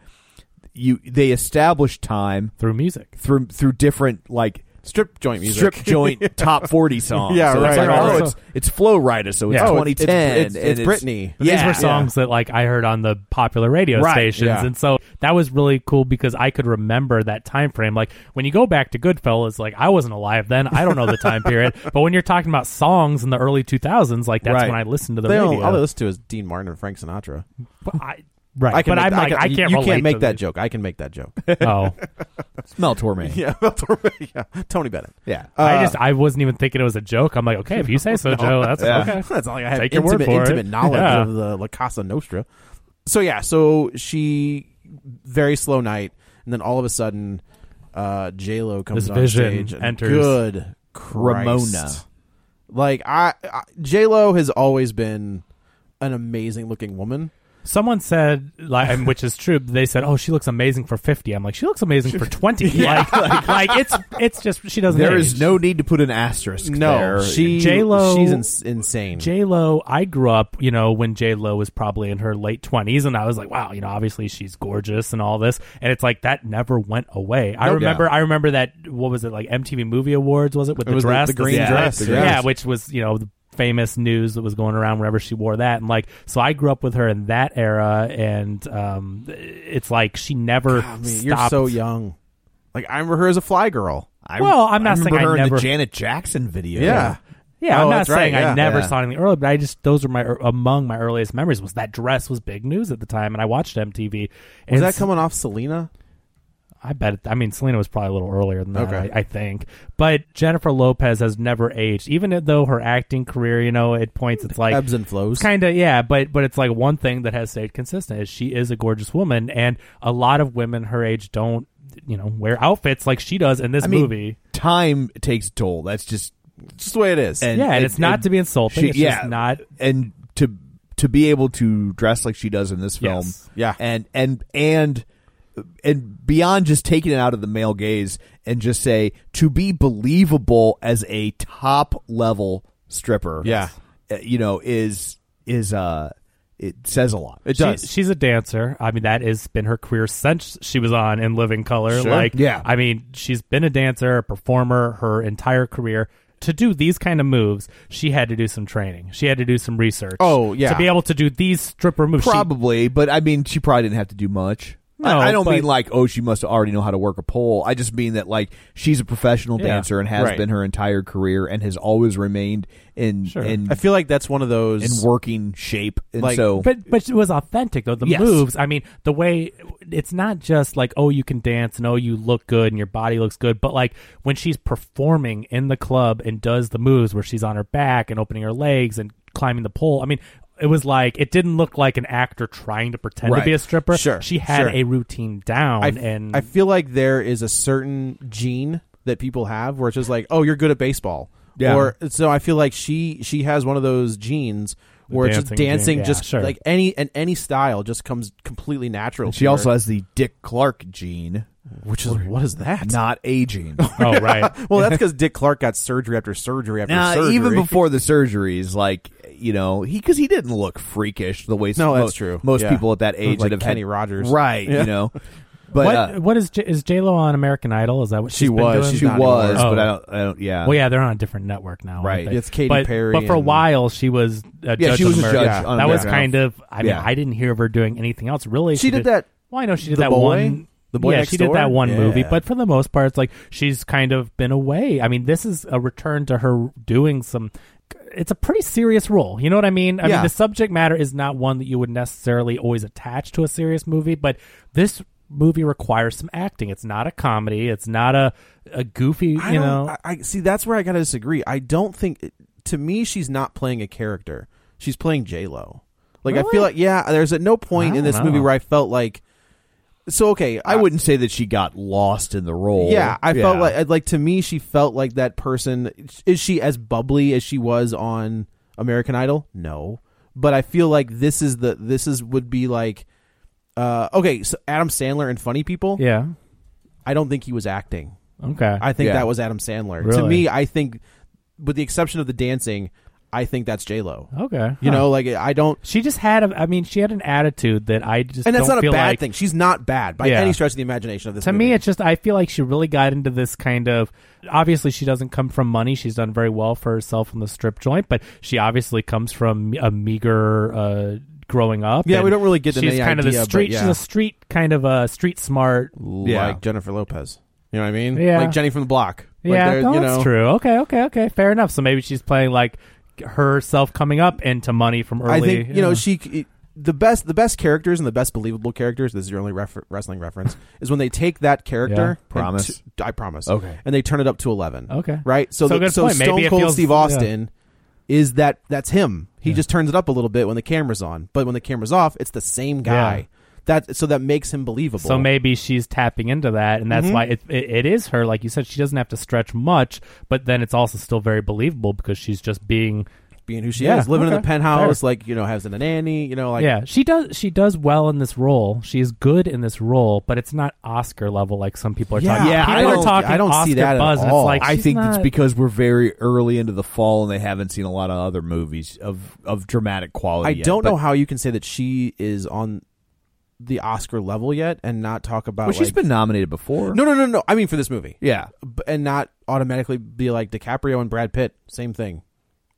Speaker 5: you they establish time
Speaker 7: through music,
Speaker 5: through through different like.
Speaker 6: Strip joint music.
Speaker 5: Strip joint top forty songs.
Speaker 6: Yeah,
Speaker 5: so It's,
Speaker 6: right,
Speaker 5: like,
Speaker 7: right,
Speaker 5: oh,
Speaker 7: right.
Speaker 5: it's it's Flow Rider, so it's
Speaker 7: Yeah. Oh,
Speaker 6: it's- it's-
Speaker 5: 2010.
Speaker 6: it's-
Speaker 5: and
Speaker 6: it's Britney.
Speaker 7: But
Speaker 5: Yeah,
Speaker 7: these were songs that like I heard on the popular radio
Speaker 5: Right,
Speaker 7: stations,
Speaker 6: yeah.
Speaker 7: and so that was really cool because I could remember that time frame. Like when you go back to Goodfellas, like I wasn't alive then, I don't know the time period. But when you're talking about songs in the early 2000s, like that's
Speaker 5: Right.
Speaker 7: when I listened to the
Speaker 6: They
Speaker 7: radio.
Speaker 6: don't, all they listen to is Dean Martin and Frank Sinatra.
Speaker 7: But I- right,
Speaker 6: I can
Speaker 7: but
Speaker 6: make
Speaker 7: I'm
Speaker 6: that-
Speaker 7: like I, can't.
Speaker 6: You
Speaker 7: relate
Speaker 6: can't
Speaker 7: to
Speaker 6: make that
Speaker 7: these-
Speaker 6: joke. I can make that joke.
Speaker 7: Oh,
Speaker 5: Mel Torme.
Speaker 6: yeah, that's all right. yeah, Tony Bennett.
Speaker 5: Yeah.
Speaker 7: I just I wasn't even thinking it was a joke. I'm like, okay, if you say so, Joe, that's okay.
Speaker 6: That's all I have.
Speaker 7: Take your
Speaker 6: intimate,
Speaker 7: word for
Speaker 6: intimate
Speaker 7: it.
Speaker 6: knowledge
Speaker 7: Yeah.
Speaker 6: of the La Casa Nostra. So yeah, so she very slow night, and then all of a sudden, uh, J Lo comes
Speaker 7: This
Speaker 6: on
Speaker 7: vision
Speaker 6: stage. and
Speaker 7: enters.
Speaker 6: Good Christ.
Speaker 5: Ramona.
Speaker 6: Like I, I J Lo has always been an amazing looking woman.
Speaker 7: Someone said, like, and which is true. They said, "Oh, she looks amazing for 50. I'm like, "She looks amazing for 20. like, like, it's it's just she doesn't.
Speaker 5: There
Speaker 7: age.
Speaker 5: is no need to put an asterisk.
Speaker 6: No,
Speaker 5: there.
Speaker 6: she
Speaker 7: J.Lo-
Speaker 6: She's ins- insane.
Speaker 7: J Lo. I grew up, you know, when J Lo was probably in her late twenties, and I was like, wow, you know, obviously she's gorgeous and all this, and it's like that never went away. I remember, I remember that what was it like MTV Movie Awards was it with
Speaker 6: It
Speaker 7: the
Speaker 6: was the-
Speaker 7: dress,
Speaker 6: the green
Speaker 7: slip?
Speaker 6: dress,
Speaker 7: yeah.
Speaker 6: yes.
Speaker 7: which was you know the famous news that was going around whenever she wore that, and like so I grew up with her in that era, and um, it's like she never
Speaker 6: I mean,
Speaker 7: stopped.
Speaker 6: you're so young. Like I remember her as a fly girl.
Speaker 5: I,
Speaker 7: Well, I'm not
Speaker 5: I
Speaker 7: saying
Speaker 5: remember
Speaker 7: I
Speaker 5: her in
Speaker 7: never-
Speaker 5: the Janet Jackson video.
Speaker 6: Yeah.
Speaker 7: Yeah,
Speaker 6: Oh,
Speaker 7: I'm not
Speaker 6: that's right,
Speaker 7: saying
Speaker 6: yeah.
Speaker 7: I never
Speaker 5: Yeah.
Speaker 7: saw anything early, but I just those were my among my earliest memories. Was that dress was big news at the time, and I watched MTV.
Speaker 6: Was
Speaker 7: and
Speaker 6: that coming off Selena?
Speaker 7: I bet. I mean, Selena was probably a little earlier than that.
Speaker 6: Okay.
Speaker 7: I, I think, but Jennifer Lopez has never aged. Even though her acting career, you know, at points it's like
Speaker 6: Ebbs and flows.
Speaker 7: Kind of, yeah. But but it's like one thing that has stayed consistent is she is a gorgeous woman, and a lot of women her age don't, you know, wear outfits like she does in this
Speaker 5: I mean,
Speaker 7: movie.
Speaker 5: time takes a toll. That's just
Speaker 6: Just the way it is.
Speaker 7: Yeah, and it's not to be insulting, it's just not-
Speaker 5: and to to be able to dress like she does in this film.
Speaker 7: Yes.
Speaker 6: Yeah.
Speaker 5: and and and and beyond just taking it out of the male gaze and just say to be believable as a top level stripper.
Speaker 6: Yeah.
Speaker 5: uh, you know is is uh it says a lot.
Speaker 6: it
Speaker 7: She-
Speaker 6: does.
Speaker 7: she's a dancer. I mean, that has been her career since she was on In Living Color.
Speaker 6: Sure.
Speaker 7: Like,
Speaker 5: Yeah.
Speaker 7: I mean, she's been a dancer, a performer her entire career. To do these kind of moves, she had to do some training. She had to do some research.
Speaker 6: Oh, yeah.
Speaker 7: to be able to do these stripper moves. She-
Speaker 5: Probably, but I mean, she probably didn't have to do much. I-
Speaker 7: No,
Speaker 5: I, don't
Speaker 7: but-
Speaker 5: mean like, oh, she must already know how to work a pole. I just mean that like she's a professional
Speaker 7: Yeah,
Speaker 5: dancer and has
Speaker 6: right.
Speaker 5: been her entire career and has always remained in in,
Speaker 6: I feel like that's one of those.
Speaker 5: in working shape. And
Speaker 6: Like-
Speaker 5: so
Speaker 7: but but it was authentic though the
Speaker 5: Yes.
Speaker 7: moves. I mean, the way it's not just like oh you can dance and oh you look good and your body looks good, but like when she's performing in the club and does the moves where she's on her back and opening her legs and climbing the pole. I mean, it was like it didn't look like an actor trying to pretend to
Speaker 5: Right.
Speaker 7: be a stripper.
Speaker 6: Sure,
Speaker 7: she had
Speaker 6: sure.
Speaker 7: a routine down
Speaker 6: I,
Speaker 7: and
Speaker 6: I feel like there is a certain gene that people have where it's just like, oh, you're good at baseball.
Speaker 5: Yeah.
Speaker 6: Or so I feel like she she has one of those genes where it's just
Speaker 7: dancing gene,
Speaker 6: dancing,
Speaker 7: yeah,
Speaker 6: just
Speaker 7: sure.
Speaker 6: like any and any style just comes completely natural.
Speaker 5: she
Speaker 6: to
Speaker 5: also
Speaker 6: her.
Speaker 5: has the Dick Clark gene,
Speaker 6: which is what is that?
Speaker 5: not aging.
Speaker 7: oh right.
Speaker 6: well, that's because Dick Clark got surgery after surgery after
Speaker 5: Now,
Speaker 6: surgery.
Speaker 5: even before the surgeries, like you know, he because he didn't look freakish the way
Speaker 6: No,
Speaker 5: most,
Speaker 6: that's true.
Speaker 5: Most
Speaker 6: Yeah.
Speaker 5: people at that
Speaker 6: Looked
Speaker 5: age
Speaker 6: like
Speaker 5: that have
Speaker 6: Kenny
Speaker 5: had,
Speaker 6: Rogers.
Speaker 5: right?
Speaker 6: Yeah.
Speaker 5: You know, but
Speaker 7: what
Speaker 5: uh,
Speaker 7: what is J- is J Lo on American Idol? Is that what
Speaker 6: She
Speaker 7: she's been
Speaker 6: was.
Speaker 7: doing?
Speaker 6: She's
Speaker 5: she
Speaker 6: not
Speaker 5: was,
Speaker 7: anymore.
Speaker 5: but
Speaker 7: Oh.
Speaker 5: I don't, I don't, yeah,
Speaker 7: Well, yeah, they're on a different network now, aren't
Speaker 5: Right.
Speaker 7: they?
Speaker 6: It's Katy
Speaker 7: but,
Speaker 6: Perry
Speaker 7: But for a
Speaker 6: and-
Speaker 7: while, she was a
Speaker 5: Yeah,
Speaker 7: judge
Speaker 5: she
Speaker 7: on
Speaker 5: was a
Speaker 7: America.
Speaker 5: judge
Speaker 6: on
Speaker 7: that was
Speaker 5: America.
Speaker 7: kind of. I mean,
Speaker 5: Yeah.
Speaker 7: I didn't hear of her doing anything else really.
Speaker 6: She did that-
Speaker 7: Well, I know she did
Speaker 6: The
Speaker 7: that
Speaker 6: Boy?
Speaker 7: one.
Speaker 6: The Boy
Speaker 7: yeah,
Speaker 6: Next
Speaker 7: she did that
Speaker 6: Door?
Speaker 7: one
Speaker 6: Yeah.
Speaker 7: movie, but for the most part, it's like she's kind of been away. I mean, this is a return to her doing some. It's a pretty serious role. You know what I mean? I
Speaker 6: Yeah.
Speaker 7: mean, the subject matter is not one that you would necessarily always attach to a serious movie, but this movie requires some acting. It's not a comedy. It's not a a goofy.
Speaker 6: I
Speaker 7: you
Speaker 6: don't-
Speaker 7: know,
Speaker 6: I, I see. That's where I gotta disagree. I don't think. To me, she's not playing a character. She's playing J Lo. Like I feel like yeah. There's at no point
Speaker 7: I
Speaker 6: in this
Speaker 7: don't
Speaker 6: movie
Speaker 7: know.
Speaker 6: where I felt like. So okay,
Speaker 5: I wouldn't say that she got lost in the role.
Speaker 6: Yeah, I felt
Speaker 5: Yeah.
Speaker 6: like like to me she felt like that person. Is she as bubbly as she was on American Idol? No, but I feel like this is the this is would be like. Uh, okay, so Adam Sandler and Funny People.
Speaker 7: yeah.
Speaker 6: I don't think he was acting.
Speaker 7: Okay.
Speaker 6: I think
Speaker 5: Yeah.
Speaker 6: that was Adam Sandler. To
Speaker 7: Really?
Speaker 6: me, I think, with the exception of the dancing, I think that's J Lo.
Speaker 7: okay.
Speaker 6: You
Speaker 7: Huh.
Speaker 6: know, like I don't,
Speaker 7: she just had a. I mean, she had an attitude that I just.
Speaker 6: and that's
Speaker 7: don't
Speaker 6: not a
Speaker 7: feel
Speaker 6: bad
Speaker 7: like-
Speaker 6: thing. She's not bad by
Speaker 7: Yeah.
Speaker 6: any stretch of the imagination of this.
Speaker 7: To
Speaker 6: movie.
Speaker 7: me, it's just I feel like she really got into this kind of. Obviously, she doesn't come from money. She's done very well for herself in the strip joint, but she obviously comes from a meager. Uh, growing up
Speaker 6: Yeah,
Speaker 7: and
Speaker 6: we don't really get to
Speaker 7: she's
Speaker 6: any
Speaker 7: kind of
Speaker 6: idea,
Speaker 7: the
Speaker 6: but
Speaker 7: street
Speaker 6: yeah.
Speaker 7: she's a street kind of a street smart
Speaker 6: like
Speaker 5: Yeah.
Speaker 6: Jennifer Lopez. You know what I mean?
Speaker 7: Yeah.
Speaker 6: like Jenny from the Block. Like,
Speaker 7: yeah
Speaker 6: they're-
Speaker 7: no,
Speaker 6: you
Speaker 7: that's
Speaker 6: know,
Speaker 7: true okay okay okay fair enough so maybe she's playing like herself coming up into money from early
Speaker 6: I think you know
Speaker 7: yeah.
Speaker 6: she. c- The best, the best characters and the best believable characters. This is your only refer- wrestling reference. is when they take that character.
Speaker 7: Yeah.
Speaker 6: and
Speaker 5: Promise.
Speaker 6: t- I promise.
Speaker 5: Okay.
Speaker 6: And they turn it up to eleven.
Speaker 7: Okay.
Speaker 6: Right. So,
Speaker 7: So
Speaker 6: the,
Speaker 7: good
Speaker 6: so
Speaker 7: point. Maybe
Speaker 6: Stone
Speaker 7: it
Speaker 6: Cold
Speaker 7: feels-
Speaker 6: Steve
Speaker 7: yeah.
Speaker 6: Austin is that. That's him. He just turns it up a little bit when the camera's on, but when the camera's off, it's the same guy.
Speaker 7: Yeah.
Speaker 6: That so that makes him believable.
Speaker 7: So maybe she's tapping into that, and
Speaker 6: Mm-hmm.
Speaker 7: that's why it, it it is her. Like you said, she doesn't have to stretch much, but then it's also still very believable because she's just being.
Speaker 6: being who she
Speaker 7: Yeah,
Speaker 6: is, living in
Speaker 7: okay.
Speaker 6: the penthouse, like you know, has a nanny, you know, like
Speaker 7: yeah, she does. She does well in this role. She is good in this role, but it's not Oscar level like some people are
Speaker 6: Yeah,
Speaker 7: talking.
Speaker 6: yeah,
Speaker 7: people
Speaker 6: I
Speaker 7: are
Speaker 6: don't-
Speaker 7: talking
Speaker 6: I don't see
Speaker 7: Oscar
Speaker 6: that at
Speaker 7: buzz, and
Speaker 6: all.
Speaker 7: it's like
Speaker 5: I
Speaker 7: she's
Speaker 5: think
Speaker 7: not,
Speaker 5: it's because we're very early into the fall and they haven't seen a lot of other movies of of dramatic quality.
Speaker 6: I
Speaker 5: yet,
Speaker 6: don't
Speaker 5: but-
Speaker 6: know how you can say that she is on the Oscar level yet and not talk about.
Speaker 5: Well, she's
Speaker 6: like-
Speaker 5: been nominated before.
Speaker 6: no, no, no, no. I mean, for this movie,
Speaker 5: yeah,
Speaker 6: B- and not automatically be like DiCaprio and Brad Pitt, same thing.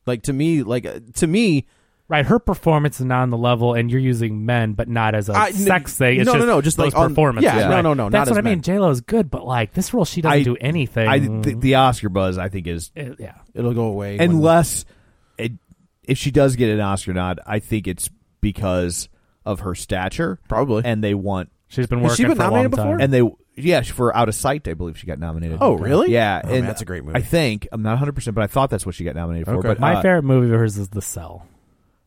Speaker 6: Like to me, like uh, to me,
Speaker 7: right. Her performance is not on the level, and you're using men, but not as a
Speaker 6: I-
Speaker 7: sex thing. It's
Speaker 6: no, no,
Speaker 7: just
Speaker 6: no, just
Speaker 7: those
Speaker 6: like on-
Speaker 7: performances.
Speaker 6: yeah,
Speaker 7: right?
Speaker 6: no, no, no, not
Speaker 7: That's
Speaker 6: as
Speaker 7: what I mean.
Speaker 6: men.
Speaker 7: J Lo is good, but like this role, she doesn't
Speaker 5: I-
Speaker 7: do anything.
Speaker 5: I the, the Oscar buzz I think is
Speaker 7: It- yeah.
Speaker 6: it'll go away. when-
Speaker 5: unless it, if she does get an Oscar nod, I think it's because of her stature
Speaker 6: Probably.
Speaker 5: and they want
Speaker 7: She's been
Speaker 6: Has
Speaker 7: working
Speaker 6: she been
Speaker 7: for a long
Speaker 6: nominated
Speaker 7: time.
Speaker 6: before?
Speaker 5: and they yeah, she- for Out of Sight, I believe she got nominated.
Speaker 6: Oh, really?
Speaker 5: Yeah,
Speaker 6: Oh,
Speaker 5: and
Speaker 6: man, that's a great movie.
Speaker 5: I think I'm not 100, percent but I thought that's what she got nominated for.
Speaker 6: Okay.
Speaker 5: But
Speaker 7: My
Speaker 5: uh,
Speaker 7: favorite movie of hers is The Cell.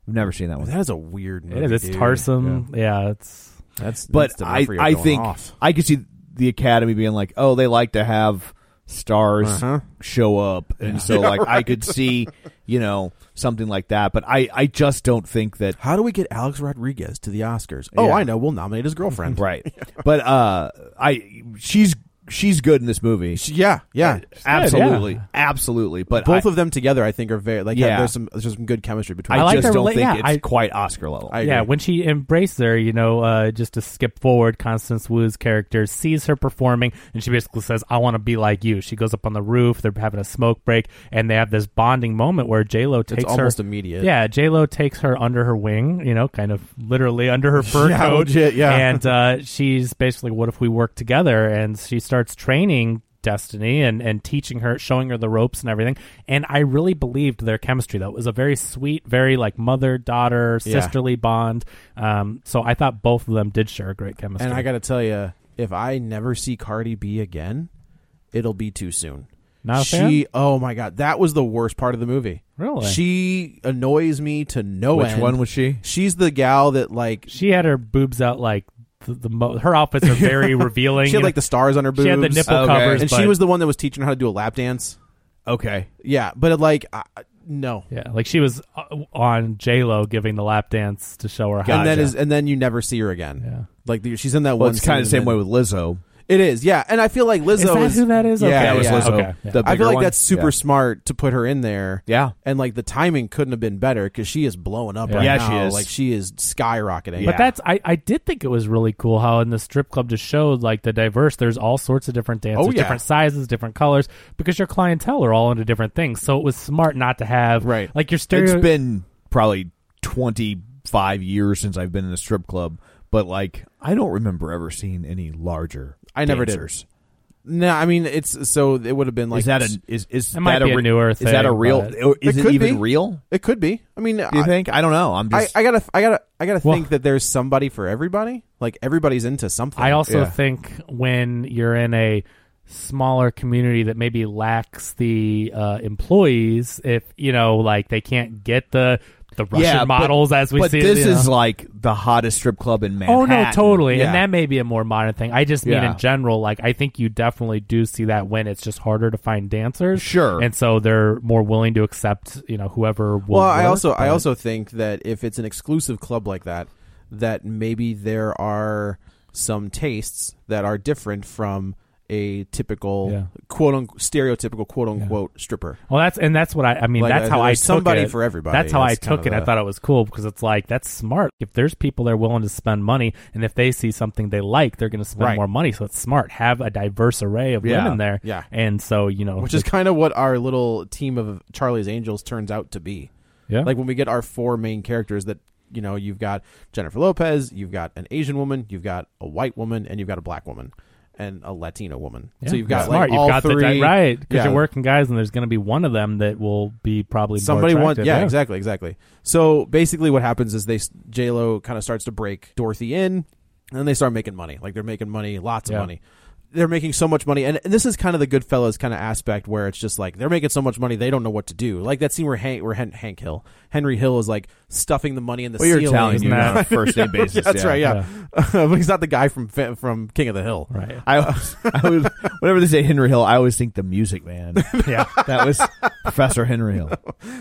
Speaker 5: I've never seen that one.
Speaker 6: Oh, That is a weird movie.
Speaker 7: It is. It's
Speaker 6: dude.
Speaker 7: Tarsum. Yeah. it's
Speaker 6: Yeah. That's
Speaker 5: but
Speaker 6: that's the
Speaker 5: I,
Speaker 6: referee
Speaker 5: I
Speaker 6: going
Speaker 5: think
Speaker 6: off.
Speaker 5: I could see the Academy being like, oh, they like to have stars
Speaker 6: Uh-huh.
Speaker 5: show up, and so like I could see, you know, something like that. But I, I just don't think that
Speaker 6: How do we get Alex Rodriguez to the Oscars? Oh,
Speaker 5: Yeah.
Speaker 6: I know. We'll nominate his girlfriend.
Speaker 5: right. But uh, I she's she's good in this movie. Uh,
Speaker 6: She- yeah, yeah.
Speaker 5: absolutely, absolutely. But
Speaker 6: Both
Speaker 5: I,
Speaker 6: of them together, I think, are very like.
Speaker 5: Yeah.
Speaker 6: There's some there's some good chemistry between.
Speaker 5: I,
Speaker 7: I like
Speaker 5: just
Speaker 7: their
Speaker 5: don't
Speaker 7: rela-
Speaker 5: think
Speaker 7: yeah,
Speaker 5: it's
Speaker 7: I-
Speaker 5: quite Oscar level.
Speaker 6: I agree.
Speaker 7: yeah. When she embraced her, you know, uh, just to skip forward, Constance Wu's character sees her performing, and she basically says, "I want to be like you." She goes up on the roof. They're having a smoke break, and they have this bonding moment where J Lo takes
Speaker 6: it's almost
Speaker 7: her.
Speaker 6: immediate.
Speaker 7: Yeah, J Lo takes her under her wing, you know, kind of literally under her fur
Speaker 6: Yeah,
Speaker 7: coat.
Speaker 6: legit, yeah.
Speaker 7: and uh, she's basically, "What if we work together?" And she starts training Destiny and and teaching her, showing her the ropes and everything. And I really believed their chemistry. Though it was a very sweet, very like mother daughter
Speaker 6: Yeah.
Speaker 7: sisterly bond. Um, so I thought both of them did share a great chemistry.
Speaker 6: And I got to tell you, if I never see Cardi B again, it'll be too soon.
Speaker 7: Not a
Speaker 6: she. Oh my god, that was the worst part of the movie.
Speaker 7: Really?
Speaker 6: She annoys me to no
Speaker 5: Which
Speaker 6: end.
Speaker 5: one was she?
Speaker 6: She's the gal that like she
Speaker 7: she had her boobs out like the, the mo- her outfits are very revealing.
Speaker 6: had
Speaker 7: you
Speaker 6: like
Speaker 7: know?
Speaker 6: the stars on her boobs.
Speaker 7: she had the nipple
Speaker 5: Okay.
Speaker 7: covers,
Speaker 6: and
Speaker 7: but-
Speaker 6: she was the one that was teaching her how to do a lap dance.
Speaker 5: Okay,
Speaker 6: Yeah, but like, I, no.
Speaker 7: Yeah, like she was uh, on J Lo giving the lap dance to show her. how
Speaker 6: And then
Speaker 7: to-
Speaker 6: is and then you never see her again.
Speaker 7: Yeah.
Speaker 6: Like the, she's in that
Speaker 5: well,
Speaker 6: one.
Speaker 5: it's kind of the
Speaker 6: scene
Speaker 5: same way
Speaker 6: and
Speaker 5: with Lizzo.
Speaker 6: then- It is. Yeah, and I feel like Lizzo
Speaker 7: Is that who that is?
Speaker 6: Yeah,
Speaker 7: Okay,
Speaker 5: that was
Speaker 6: yeah.
Speaker 5: Lizzo.
Speaker 7: okay, yeah.
Speaker 5: the
Speaker 6: I
Speaker 5: bigger
Speaker 6: feel like
Speaker 5: one.
Speaker 6: that's super
Speaker 5: Yeah.
Speaker 6: smart to put her in there.
Speaker 5: Yeah.
Speaker 6: and like the timing couldn't have been better because she is blowing up
Speaker 7: Yeah.
Speaker 6: right
Speaker 5: Yeah,
Speaker 6: now.
Speaker 5: she is.
Speaker 6: Like she is skyrocketing.
Speaker 7: But that's I, I did think it was really cool how in the strip club just showed like the diverse. There's all sorts of different dancers,
Speaker 6: Oh, yeah.
Speaker 7: different sizes, different colors, because your clientele are all into different things. So it was smart not to have
Speaker 6: Right.
Speaker 7: like your
Speaker 5: It's
Speaker 7: stereo.
Speaker 5: been probably 25 years since I've been in a strip club, but like I don't remember ever seeing any larger.
Speaker 6: I never did.
Speaker 5: dancers.
Speaker 6: no. I mean, it's so it would have been like
Speaker 5: is that a is is
Speaker 7: It might
Speaker 5: that
Speaker 7: be a
Speaker 5: re-
Speaker 7: newer
Speaker 5: Is that a
Speaker 7: thing,
Speaker 5: real?
Speaker 7: but-
Speaker 5: or Is
Speaker 6: It
Speaker 5: it,
Speaker 6: could
Speaker 5: even
Speaker 6: be.
Speaker 5: real?
Speaker 6: It could be. I mean,
Speaker 5: Do you think? I don't know. I'm
Speaker 6: I,
Speaker 5: just.
Speaker 6: I gotta, I gotta, I gotta
Speaker 7: Well-
Speaker 6: think that there's somebody for everybody. Like everybody's into something.
Speaker 7: I also
Speaker 5: Yeah.
Speaker 7: think when you're in a smaller community that maybe lacks the uh, employees, if you know, like they can't get the the Russian
Speaker 5: yeah, but-
Speaker 7: models as we
Speaker 5: but
Speaker 7: see.
Speaker 5: this
Speaker 7: you know.
Speaker 5: is like the hottest strip club in
Speaker 7: Oh
Speaker 5: Manhattan.
Speaker 7: no, totally.
Speaker 5: Yeah.
Speaker 7: And that may be a more modern thing. I just mean
Speaker 5: Yeah.
Speaker 7: in general, like I think you definitely do see that when it's just harder to find dancers.
Speaker 5: Sure.
Speaker 7: And so they're more willing to accept, you know, whoever will
Speaker 6: well, I
Speaker 7: work,
Speaker 6: also, I
Speaker 7: but-
Speaker 6: also think that if it's an exclusive club like that, that maybe there are some tastes that are different from a typical
Speaker 7: Yeah.
Speaker 6: quote unquote stereotypical quote unquote stripper.
Speaker 7: Well, that's and that's what I. I mean,
Speaker 6: Like,
Speaker 7: that's
Speaker 6: uh,
Speaker 7: how I
Speaker 6: there's
Speaker 7: took
Speaker 6: somebody
Speaker 7: it.
Speaker 6: for everybody.
Speaker 7: That's how
Speaker 6: That's
Speaker 7: I took
Speaker 6: kinda
Speaker 7: it. I
Speaker 6: the-
Speaker 7: thought it was cool because it's like that's smart. If there's people that are willing to spend money, and if they see something they like, they're going to spend
Speaker 6: Right.
Speaker 7: more money. So it's smart. Have a diverse array of
Speaker 5: Yeah.
Speaker 7: women there.
Speaker 6: Yeah.
Speaker 7: And so you know,
Speaker 6: which is
Speaker 7: the-
Speaker 6: kind of what our little team of Charlie's Angels turns out to be.
Speaker 7: yeah.
Speaker 6: Like when we get our four main characters that you know, you've got Jennifer Lopez, you've got an Asian woman, you've got a white woman, and you've got a black woman and a Latina woman.
Speaker 7: Yeah.
Speaker 6: So you've got
Speaker 7: That's smart.
Speaker 6: like all
Speaker 7: you've got
Speaker 6: three,
Speaker 7: the di- right because
Speaker 6: Yeah.
Speaker 7: you're working guys, and there's going to be one of them that will be probably
Speaker 6: Somebody
Speaker 7: more
Speaker 6: wants,
Speaker 7: attractive.
Speaker 6: yeah, exactly, exactly. So basically, what happens is they J Lo kind of starts to break Dorothy in, and then they start making money. Like they're making money, lots
Speaker 7: Yeah.
Speaker 6: of money. They're making so much money, and and this is kind of the Goodfellas kind of aspect where it's just like they're making so much money they don't know what to do. Like that scene where Hank, where Hen- Hank Hill, Henry Hill is like stuffing the money in the
Speaker 5: Well,
Speaker 6: ceiling.
Speaker 5: you're Italian, you
Speaker 7: Nah.
Speaker 5: on a first name basis.
Speaker 6: Yeah, that's
Speaker 5: yeah.
Speaker 6: right. Yeah, but he's not the guy from Fa- from King of the Hill.
Speaker 7: Right.
Speaker 5: I, always- I always, whenever they say Henry Hill, I always think the Music Man. yeah, that was Professor Henry Hill.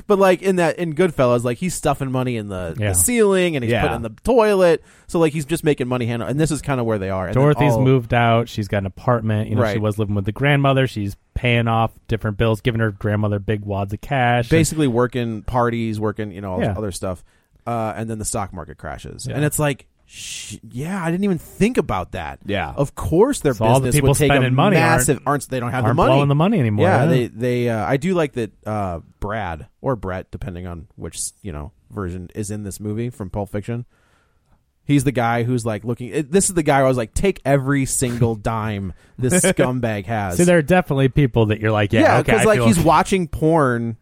Speaker 6: But like in that in Goodfellas, like he's stuffing money in the,
Speaker 7: Yeah.
Speaker 6: the ceiling and he's
Speaker 5: Yeah.
Speaker 6: putting in the toilet. So like he's just making money handle. And this is kind of where they are. And then
Speaker 7: Dorothy's
Speaker 6: all-
Speaker 7: moved out. She's got an apartment. You know, she
Speaker 6: Right.
Speaker 7: was living with the grandmother. She's paying off different bills, giving her grandmother big wads of cash. And-
Speaker 6: basically working parties, working you know all this
Speaker 7: Yeah.
Speaker 6: other stuff. Uh, and then the stock market crashes,
Speaker 7: Yeah.
Speaker 6: and it's like, sh- yeah, I didn't even think about that.
Speaker 5: Yeah.
Speaker 6: of course their
Speaker 7: So all the
Speaker 6: business
Speaker 7: people
Speaker 6: would take a
Speaker 7: spending money aren't-
Speaker 6: massive. Aren't, they don't have the
Speaker 7: aren't
Speaker 6: money?
Speaker 7: blowing the money anymore,
Speaker 6: Yeah,
Speaker 7: yeah.
Speaker 6: they they. Uh, I do like that. Uh, Brad or Brett, depending on which you know version is in this movie from Pulp Fiction. He's the guy who's like looking. It, this is the guy where I was like, take every single dime this scumbag has.
Speaker 7: See, there are definitely people that you're like, yeah,
Speaker 6: Yeah,
Speaker 7: okay, I
Speaker 6: like
Speaker 7: feel-
Speaker 6: he's watching porn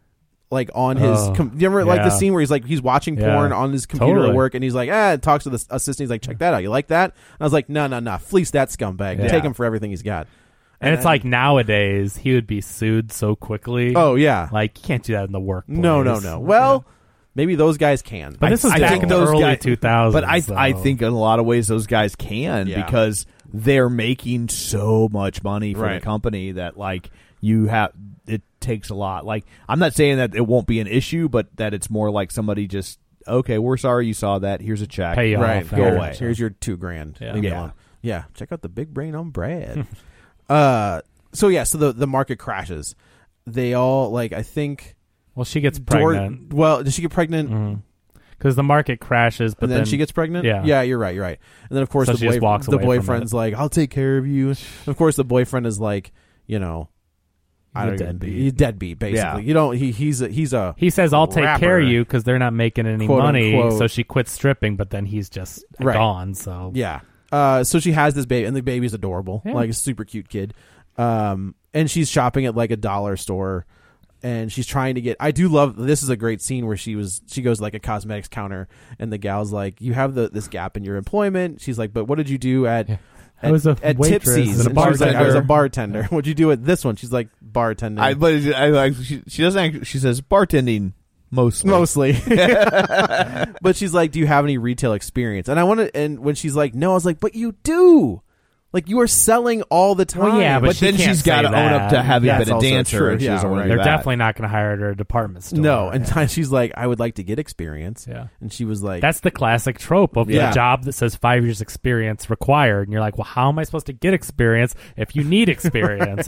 Speaker 6: like on his.
Speaker 7: Oh,
Speaker 6: com- you remember like the
Speaker 7: yeah.
Speaker 6: scene where he's like he's watching
Speaker 7: Yeah.
Speaker 6: porn on his computer at
Speaker 7: Totally.
Speaker 6: work, and he's like, ah, and talks to the assistant. He's like, check that out. You like that? And I was like, no, no, no, fleece that scumbag.
Speaker 7: Yeah.
Speaker 6: Take him for everything he's got.
Speaker 7: And it's like nowadays he would be sued so quickly.
Speaker 6: Oh yeah,
Speaker 7: like you can't do that in the workplace.
Speaker 6: no, no, no. Well, maybe those guys can.
Speaker 7: But this is
Speaker 5: I
Speaker 7: back
Speaker 5: think
Speaker 7: in the
Speaker 5: those
Speaker 7: early
Speaker 5: guys-
Speaker 7: 2000s.
Speaker 5: But I I
Speaker 7: though.
Speaker 5: think in a lot of ways those guys can
Speaker 6: Yeah.
Speaker 5: because they're making so much money for
Speaker 6: Right.
Speaker 5: the company that like you have it takes a lot. Like I'm not saying that it won't be an issue, but that it's more like somebody just okay, we're sorry you saw that. Here's a check.
Speaker 7: Pay you
Speaker 6: right,
Speaker 7: off.
Speaker 5: Go
Speaker 6: here,
Speaker 5: away.
Speaker 6: Here's your two grand.
Speaker 7: Yeah.
Speaker 6: Leave me
Speaker 5: Yeah.
Speaker 6: alone. yeah. Check out the big brain on Brad. uh, so yeah, so the the market crashes. They all like I think
Speaker 7: Well, she gets
Speaker 6: Dor-
Speaker 7: pregnant
Speaker 6: well, does she get pregnant?
Speaker 7: because Mm-hmm. the market crashes, but
Speaker 6: and then, she gets pregnant.
Speaker 7: yeah.
Speaker 6: yeah, you're right, you're right. And then of course
Speaker 7: So
Speaker 6: the,
Speaker 7: she just
Speaker 6: boy-
Speaker 7: walks
Speaker 6: the
Speaker 7: away from
Speaker 6: boyfriend's
Speaker 7: it.
Speaker 6: like, "I'll take care of you." And of course the boyfriend is like, you know, I
Speaker 7: He's a
Speaker 6: don't even-
Speaker 7: deadbeat.
Speaker 6: He's deadbeat basically. You don't. He he's a, he's a
Speaker 7: He says, "I'll take care
Speaker 6: Rapper.
Speaker 7: of you" because they're not making any
Speaker 6: Quote,
Speaker 7: money.
Speaker 6: unquote.
Speaker 7: So she quits stripping, but then he's just
Speaker 6: Right.
Speaker 7: gone. So
Speaker 6: Yeah. Uh, so she has this baby, and the baby's adorable,
Speaker 7: Yeah.
Speaker 6: like a super cute kid. Um, and she's shopping at like a dollar store, and she's trying to get. I do love this is a great scene where she was she goes to like a cosmetics counter, and the gal's like, "You have the this gap in your employment." She's like, "But what did you do at?"
Speaker 7: I
Speaker 6: at-
Speaker 7: was a
Speaker 6: at
Speaker 7: waitress
Speaker 6: Tipsy's,
Speaker 7: and a
Speaker 6: she's like, I was a
Speaker 7: bartender.
Speaker 6: bartender. What'd you do at this one? She's like, bartending.
Speaker 5: I but it- I like she, she doesn't act, she says bartending mostly.
Speaker 6: mostly. but she's like, "Do you have any retail experience?" And I want to. And when she's like, "No," I was like, "But you do. Like you are selling all the time."
Speaker 7: Well, yeah, but,
Speaker 5: But
Speaker 7: she
Speaker 5: then
Speaker 7: can't
Speaker 5: she's gotta
Speaker 7: say
Speaker 5: own up
Speaker 7: that.
Speaker 5: to having
Speaker 6: That's
Speaker 5: been a
Speaker 6: also
Speaker 5: dancer.
Speaker 6: true.
Speaker 5: and She
Speaker 6: Yeah,
Speaker 5: doesn't wanna
Speaker 6: right.
Speaker 5: do
Speaker 7: They're
Speaker 5: that.
Speaker 7: definitely not going to hire her at a department store.
Speaker 6: no. And
Speaker 7: Yeah.
Speaker 6: she's like, "I would like to get experience."
Speaker 7: Yeah.
Speaker 6: and she was like,
Speaker 7: that's the classic trope of
Speaker 6: Yeah.
Speaker 7: the job that says five years experience required, and you're like, well, how am I supposed to get experience if you need experience?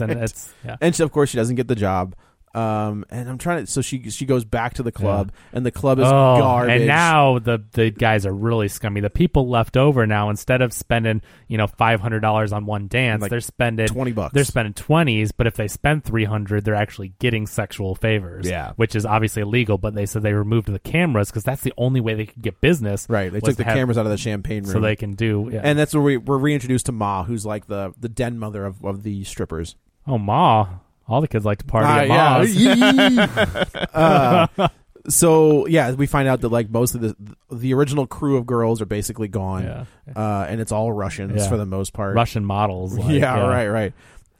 Speaker 7: And it's yeah.
Speaker 6: and she, of course she doesn't get the job. Um, and I'm trying to. So she she goes back to the club, and the club is
Speaker 7: Oh,
Speaker 6: garbage.
Speaker 7: And now the the guys are really scummy. The people left over now, instead of spending you know five hundred dollars on one dance,
Speaker 6: Like
Speaker 7: they're spending
Speaker 6: 20 bucks.
Speaker 7: They're spending twenties, but if they spend three hundred, they're actually getting sexual favors.
Speaker 5: Yeah.
Speaker 7: which is obviously illegal. But they said they removed the cameras because that's the only way they could get business.
Speaker 6: right? They
Speaker 7: was
Speaker 6: took the
Speaker 7: to have-
Speaker 6: cameras out of the champagne room,
Speaker 7: so they can do. Yeah.
Speaker 6: and that's where we, we're reintroduced to Ma, who's like the the den mother of of the strippers.
Speaker 7: oh, ma, all the kids like to party
Speaker 6: Ah,
Speaker 7: at ma's.
Speaker 6: yeah. Uh, so yeah, we find out that like most of the the original crew of girls are basically gone,
Speaker 7: Yeah.
Speaker 6: uh, and it's all Russians
Speaker 7: Yeah.
Speaker 6: for the most part.
Speaker 7: Russian models. like,
Speaker 6: yeah, right, right.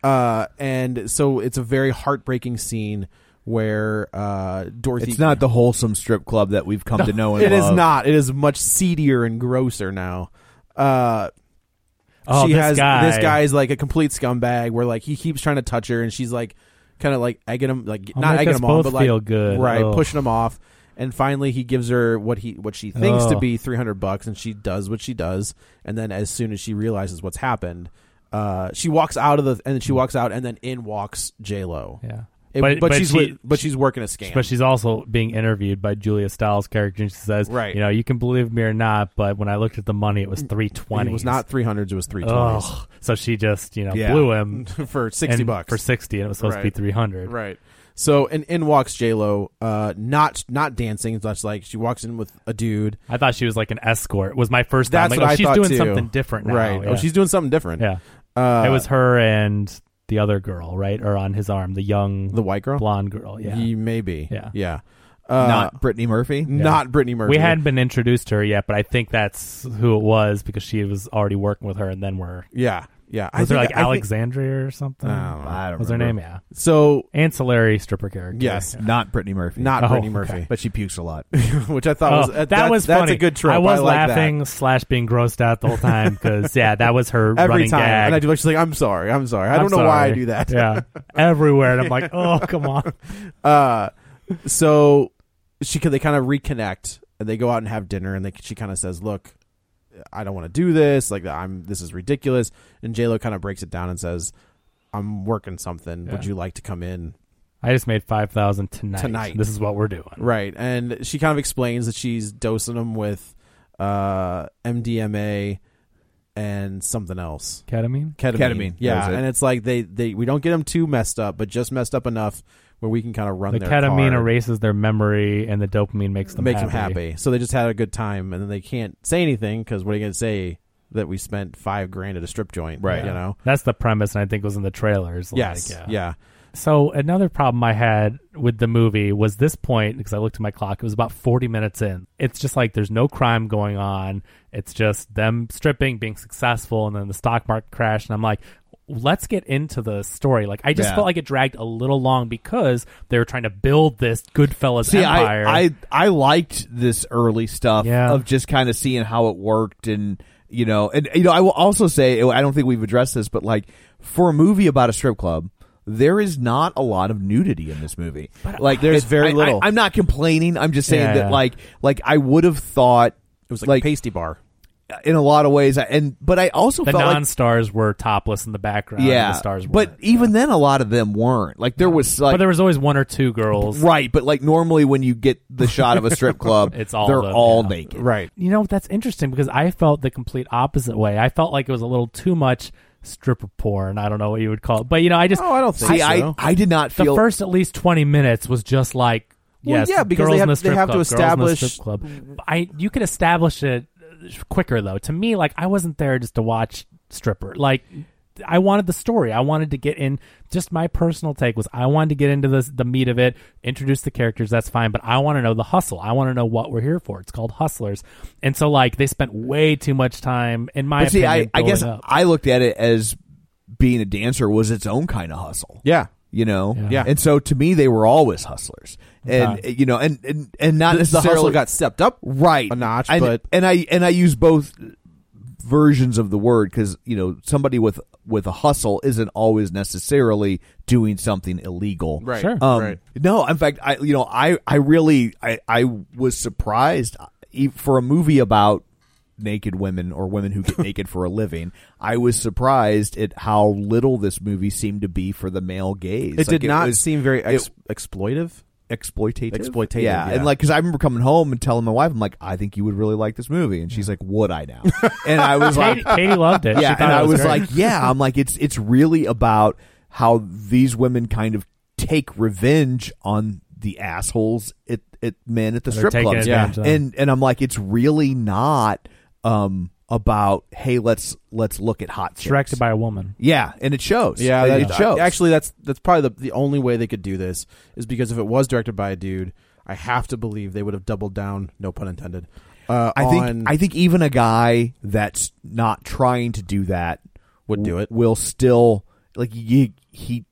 Speaker 6: Uh, and so it's a very heartbreaking scene where uh, Dorothy.
Speaker 5: It's not the wholesome strip club that we've come to know and
Speaker 6: It is
Speaker 5: love.
Speaker 6: not. It is much seedier and grosser now. Uh,
Speaker 7: Oh,
Speaker 6: she
Speaker 7: this
Speaker 6: has
Speaker 7: guy.
Speaker 6: this guy is like a complete scumbag where like he keeps trying to touch her and she's like kind of like egging him like
Speaker 7: I'll
Speaker 6: not
Speaker 7: make
Speaker 6: egging
Speaker 7: us
Speaker 6: him on
Speaker 7: both
Speaker 6: but like
Speaker 7: feel good.
Speaker 6: right
Speaker 7: Ugh.
Speaker 6: pushing him off and finally he gives her what he what she thinks to
Speaker 7: Ugh.
Speaker 6: be 300 bucks and she does what she does and then as soon as she realizes what's happened uh she walks out of the and then she walks out and then in walks J-Lo
Speaker 7: Yeah.
Speaker 6: It- but, she's wi- but she's working a scam
Speaker 7: But she's also being interviewed by Julia Stiles' character, and she says,
Speaker 6: Right.
Speaker 7: you know, you can believe me or not, but when I looked at the money, it was three twenty.
Speaker 6: it was not 300s it was 320s
Speaker 7: So she just, you know,
Speaker 5: Yeah.
Speaker 7: blew him
Speaker 6: for 60
Speaker 7: and-
Speaker 6: Mm-hmm. bucks
Speaker 7: for sixty, and it was supposed to be
Speaker 6: Right.
Speaker 7: three hundred.
Speaker 6: Right. So and in walks J Lo, uh, not not dancing. That's like she walks in with a dude.
Speaker 7: I thought she was like an escort. It was my first
Speaker 6: That's
Speaker 7: time. Like,
Speaker 6: what
Speaker 7: oh,
Speaker 6: I
Speaker 7: she's
Speaker 6: thought
Speaker 7: doing
Speaker 6: too.
Speaker 7: something different now.
Speaker 6: Right.
Speaker 7: Yeah.
Speaker 6: Oh, she's doing something different.
Speaker 7: yeah.
Speaker 6: Uh,
Speaker 7: it was her and the other girl, right, or on his arm, the young
Speaker 6: the white girl.
Speaker 7: blonde girl. Yeah.
Speaker 6: He maybe.
Speaker 7: Yeah.
Speaker 6: Yeah. Uh, not
Speaker 5: not Brittany Murphy.
Speaker 6: not Brittany Murphy.
Speaker 7: we hadn't been introduced to her yet, but I think that's who it was because she was already working with her, and then we're
Speaker 6: Yeah. Yeah. I
Speaker 7: was there
Speaker 6: think-
Speaker 7: like
Speaker 6: I think-
Speaker 7: Alexandria or something?
Speaker 6: I don't know.
Speaker 5: I don't
Speaker 7: was her name?
Speaker 5: remember.
Speaker 7: Yeah,
Speaker 6: So
Speaker 7: ancillary stripper character.
Speaker 6: Yes.
Speaker 7: Yeah.
Speaker 5: Not Brittany Murphy.
Speaker 6: not
Speaker 7: Oh,
Speaker 6: Brittany
Speaker 7: okay.
Speaker 6: Murphy,
Speaker 5: But she pukes a lot.
Speaker 6: which I thought
Speaker 7: Oh,
Speaker 6: was uh,
Speaker 7: that,
Speaker 6: that's-
Speaker 7: was
Speaker 6: that's
Speaker 7: funny.
Speaker 6: a good trope.
Speaker 7: I was
Speaker 6: like that.
Speaker 7: laughing slash being grossed out the whole time because yeah, that was her
Speaker 6: every
Speaker 7: running
Speaker 6: time,
Speaker 7: gag.
Speaker 6: and I do like she's like, "I'm sorry, I'm sorry, I
Speaker 7: I'm
Speaker 6: don't know why I
Speaker 7: sorry.
Speaker 6: do that."
Speaker 7: Yeah, everywhere, and I'm like, oh come on.
Speaker 6: Uh, so she could they kind of reconnect and they go out and have dinner and they she kind of says, "Look, I don't want to do this. Like I'm this is ridiculous." And J Lo kind of breaks it down and says, "I'm working something. Would
Speaker 7: Yeah.
Speaker 6: you like to come in?"
Speaker 7: I just made five thousand tonight.
Speaker 6: Tonight.
Speaker 7: this is what we're doing.
Speaker 6: Right, and she kind of explains that she's dosing him with uh, MDMA and something else.
Speaker 7: Ketamine.
Speaker 6: Ketamine.
Speaker 5: Ketamine,
Speaker 6: yeah,
Speaker 5: that was it.
Speaker 6: and it's like they, they we don't get them too messed up, but just messed up enough where we can kind of run
Speaker 7: The
Speaker 6: their
Speaker 7: ketamine
Speaker 6: card.
Speaker 7: erases their memory, and the dopamine makes them
Speaker 6: makes
Speaker 7: happy.
Speaker 6: them happy. So they just had a good time, and then they can't say anything because what are you going to say that we spent five grand at a strip joint,
Speaker 5: Right.
Speaker 6: You know.
Speaker 7: That's the premise, and I think it was in the trailers. like,
Speaker 6: Yes. yeah.
Speaker 7: So another problem I had with the movie was this point because I looked at my clock. It was about forty minutes in. It's just like there's no crime going on. It's just them stripping, being successful, and then the stock market crash. And I'm like, let's get into the story. Like I just
Speaker 5: Yeah.
Speaker 7: felt like it dragged a little long because they were trying to build this Goodfellas
Speaker 5: See,
Speaker 7: empire.
Speaker 5: I, I I liked this early stuff
Speaker 7: Yeah.
Speaker 5: of just kind of seeing how it worked, and you know, and you know, I will also say I don't think we've addressed this, but like for a movie about a strip club. There is not a lot of nudity in this movie. Like
Speaker 6: There's
Speaker 5: it-
Speaker 6: very
Speaker 5: I-
Speaker 6: little.
Speaker 5: I, am not complaining. I'm just saying
Speaker 7: Yeah,
Speaker 5: that
Speaker 7: yeah.
Speaker 5: like like I would have thought
Speaker 6: It was like,
Speaker 5: like
Speaker 6: pasty bar.
Speaker 5: in a lot of ways. I- And but I also
Speaker 7: the
Speaker 5: felt like
Speaker 7: non-stars were topless in the background. and
Speaker 5: yeah,
Speaker 7: the stars.
Speaker 5: but
Speaker 7: weren't.
Speaker 5: even then a lot of them weren't. Like there was like
Speaker 7: but there was always one or two girls.
Speaker 5: right, but like normally when you get the shot of a strip club,
Speaker 7: It's all
Speaker 5: they're
Speaker 7: of them,
Speaker 5: all
Speaker 7: yeah.
Speaker 5: naked.
Speaker 6: Right.
Speaker 7: You know, that's interesting because I felt the complete opposite way. I felt like it was a little too much stripper porn. I don't know what you would call it. But, you know, I just.
Speaker 6: Oh, I don't think
Speaker 5: See,
Speaker 6: so.
Speaker 5: I, I did not
Speaker 7: The
Speaker 5: feel
Speaker 7: first at least 20 minutes was just like.
Speaker 6: Well,
Speaker 7: yes,
Speaker 6: yeah, because
Speaker 7: girls
Speaker 6: they
Speaker 7: in
Speaker 6: have-
Speaker 7: the
Speaker 6: they
Speaker 7: strip
Speaker 6: have to
Speaker 7: club, girls in the
Speaker 6: establish-
Speaker 7: strip club. I you could establish it quicker though. To me, like I wasn't there just to watch stripper. Like I wanted the story. I wanted to get in. Just my personal take was I wanted to get into this, the meat of it, introduce the characters. That's fine, but I want to know the hustle. I want to know what we're here for. It's called Hustlers, and so like they spent way too much time in my
Speaker 5: But see,
Speaker 7: opinion.
Speaker 5: I, I guess
Speaker 7: building up.
Speaker 5: I looked at it as being a dancer was its own kind of hustle.
Speaker 6: Yeah.
Speaker 5: You know,
Speaker 6: Yeah.
Speaker 5: and so to me, they were always hustlers, and
Speaker 7: Okay.
Speaker 5: you know, and and, and not
Speaker 6: The
Speaker 5: necessarily
Speaker 6: hustle got stepped up.
Speaker 5: right
Speaker 6: a notch,
Speaker 5: And,
Speaker 6: but-
Speaker 5: and I and I use both versions of the word because you know somebody with with a hustle isn't always necessarily doing something illegal,
Speaker 6: Right. Sure.
Speaker 5: Um,
Speaker 6: Right.
Speaker 5: No, in fact, I you know I I really I I was surprised e- for a movie about naked women or women who get naked for a living. I was surprised at how little this movie seemed to be for the male gaze.
Speaker 6: It
Speaker 5: Like,
Speaker 6: did not
Speaker 5: was-
Speaker 6: seem very ex-
Speaker 5: it-
Speaker 6: exploitive.
Speaker 5: exploitative.
Speaker 6: Exploitative,
Speaker 5: Yeah.
Speaker 6: yeah.
Speaker 5: And like, cause I remember coming home and telling my wife, I'm like, I think you would really like this movie. And she's like, would I now? And I was like,
Speaker 7: Katie, Katie loved it. She
Speaker 5: yeah.
Speaker 7: thought
Speaker 5: And
Speaker 7: it
Speaker 5: I was
Speaker 7: great.
Speaker 5: like, yeah, I'm like, it's, it's really about how these women kind of take revenge on the assholes at, at men at the
Speaker 7: They're
Speaker 5: strip
Speaker 7: taking
Speaker 5: clubs.
Speaker 7: advantage of them.
Speaker 5: And, and I'm like, it's really not, um, about, Hey, let's, let's look at hot chicks.
Speaker 7: directed by a woman.
Speaker 5: yeah. And it shows.
Speaker 6: Yeah,
Speaker 5: It,
Speaker 6: that-
Speaker 5: it shows.
Speaker 6: Actually, that's that's probably the, the only way they could do this is because if it was directed by a dude, I have to believe they would have doubled down. No pun intended. Uh,
Speaker 5: I
Speaker 6: on-
Speaker 5: think I think even a guy that's not trying to do that
Speaker 6: Would do
Speaker 5: w-
Speaker 6: it.
Speaker 5: Will still like you he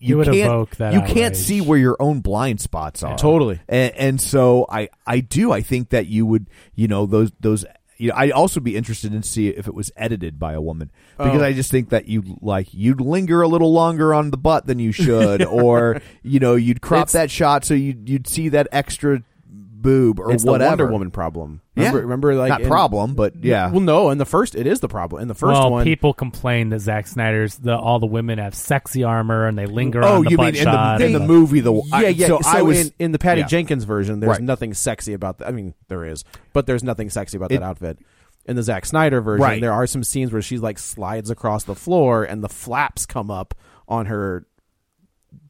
Speaker 5: you
Speaker 7: It would
Speaker 5: can't
Speaker 7: evoke that
Speaker 5: you can't
Speaker 7: outrage.
Speaker 5: see where your own blind spots are
Speaker 6: Totally.
Speaker 5: and, and so I I do I think that you would you know those those you know, I'd also be interested in see if it was edited by a woman because
Speaker 6: Oh.
Speaker 5: I just think that you like you'd linger a little longer on the butt than you should or you know you'd crop
Speaker 6: It's-
Speaker 5: that shot so you you'd see that extra boob or
Speaker 6: it's the
Speaker 5: whatever
Speaker 6: Wonder Woman problem.
Speaker 5: Yeah.
Speaker 6: Remember, remember like
Speaker 5: not
Speaker 6: in-
Speaker 5: problem, but yeah.
Speaker 6: Well, no, in the first it is the problem. In the first
Speaker 7: well,
Speaker 6: one,
Speaker 7: people complain that Zack Snyder's the all the women have sexy armor and they linger
Speaker 5: oh,
Speaker 7: on the
Speaker 5: you mean
Speaker 7: butt
Speaker 5: in the,
Speaker 7: shot.
Speaker 5: in
Speaker 7: and
Speaker 5: the movie the I-
Speaker 6: yeah, yeah.
Speaker 5: So, I was
Speaker 6: in, in the Patty
Speaker 5: yeah.
Speaker 6: Jenkins version, there's
Speaker 5: Right.
Speaker 6: nothing sexy about that. I mean, there is, but there's nothing sexy about that outfit. In the Zack Snyder version,
Speaker 5: Right.
Speaker 6: there are some scenes where she like slides across the floor and the flaps come up on her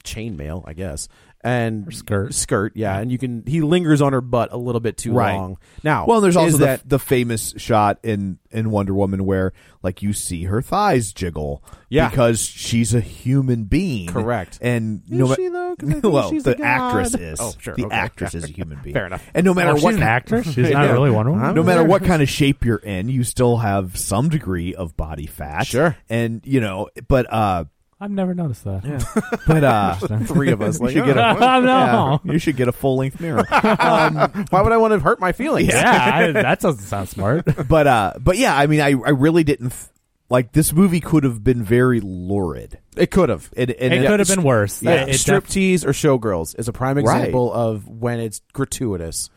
Speaker 6: chainmail, I guess, and
Speaker 7: skirt.
Speaker 6: skirt, yeah. And you can he lingers on her butt a little bit too
Speaker 5: Right.
Speaker 6: long. Now,
Speaker 5: Well, there's
Speaker 6: is
Speaker 5: also
Speaker 6: that
Speaker 5: the, the famous shot in in Wonder Woman where like you see her thighs jiggle
Speaker 6: Yeah.
Speaker 5: because she's a human being.
Speaker 6: Correct.
Speaker 5: And
Speaker 6: Is
Speaker 5: no ma-
Speaker 6: she, though? 'Cause I think
Speaker 5: well,
Speaker 6: she's a
Speaker 5: the
Speaker 6: god.
Speaker 5: actress is.
Speaker 6: Oh, sure,
Speaker 5: The
Speaker 6: okay.
Speaker 5: actress is a human being.
Speaker 6: Fair enough.
Speaker 5: And no matter
Speaker 7: Oh,
Speaker 5: what
Speaker 7: she's an actress. She's not
Speaker 5: Yeah.
Speaker 7: really Wonder Woman.
Speaker 5: No matter what kind of shape you're in, you still have some degree of body fat.
Speaker 6: Sure.
Speaker 5: And you know, but uh
Speaker 7: I've never noticed that.
Speaker 5: but uh
Speaker 6: three of us. Like,
Speaker 5: should get a-
Speaker 7: Oh, no.
Speaker 5: yeah, you should get a full length mirror.
Speaker 6: why would I want to hurt my feelings?
Speaker 7: Yeah, I, that doesn't sound smart.
Speaker 5: but uh but yeah i mean i i really didn't th- like this movie could have been very lurid
Speaker 6: it could have.
Speaker 5: and, and
Speaker 7: it could have been worse.
Speaker 6: Yeah,
Speaker 7: It- it def-
Speaker 6: striptease or showgirls is a prime
Speaker 5: Right.
Speaker 6: example of when it's gratuitous.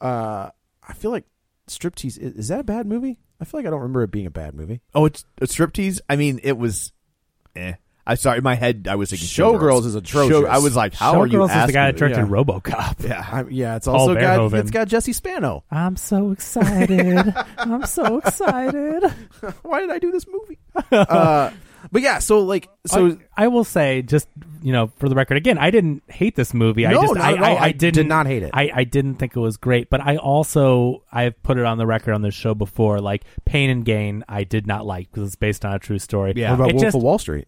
Speaker 6: Uh, I feel like striptease is, is that a bad movie? I feel like I don't remember it being a bad movie.
Speaker 5: oh it's a striptease i mean it was eh. i sorry in my head i was thinking
Speaker 6: Showgirls is atrocious.
Speaker 5: i was like how are you
Speaker 7: Showgirls is the guy that
Speaker 5: asking me?
Speaker 7: directed RoboCop.
Speaker 5: yeah
Speaker 6: I, yeah, it's
Speaker 7: Paul
Speaker 6: also got
Speaker 7: Verhoeven.
Speaker 6: it's got Jesse Spano.
Speaker 7: I'm so excited. I'm so excited.
Speaker 6: Why did I do this movie? uh, but yeah, so like so
Speaker 7: I, I will say, just you know, for the record, again, I didn't hate this movie. I
Speaker 6: No,
Speaker 7: just,
Speaker 6: not
Speaker 7: I,
Speaker 6: at all.
Speaker 7: I,
Speaker 6: I did
Speaker 7: didn't,
Speaker 6: not hate it.
Speaker 7: I, I didn't think it was great, but I also I've put it on the record on this show before. Like Pain and Gain, I did not like because it's based on a true story.
Speaker 6: what about
Speaker 7: it
Speaker 6: Wolf
Speaker 7: just,
Speaker 6: of Wall Street?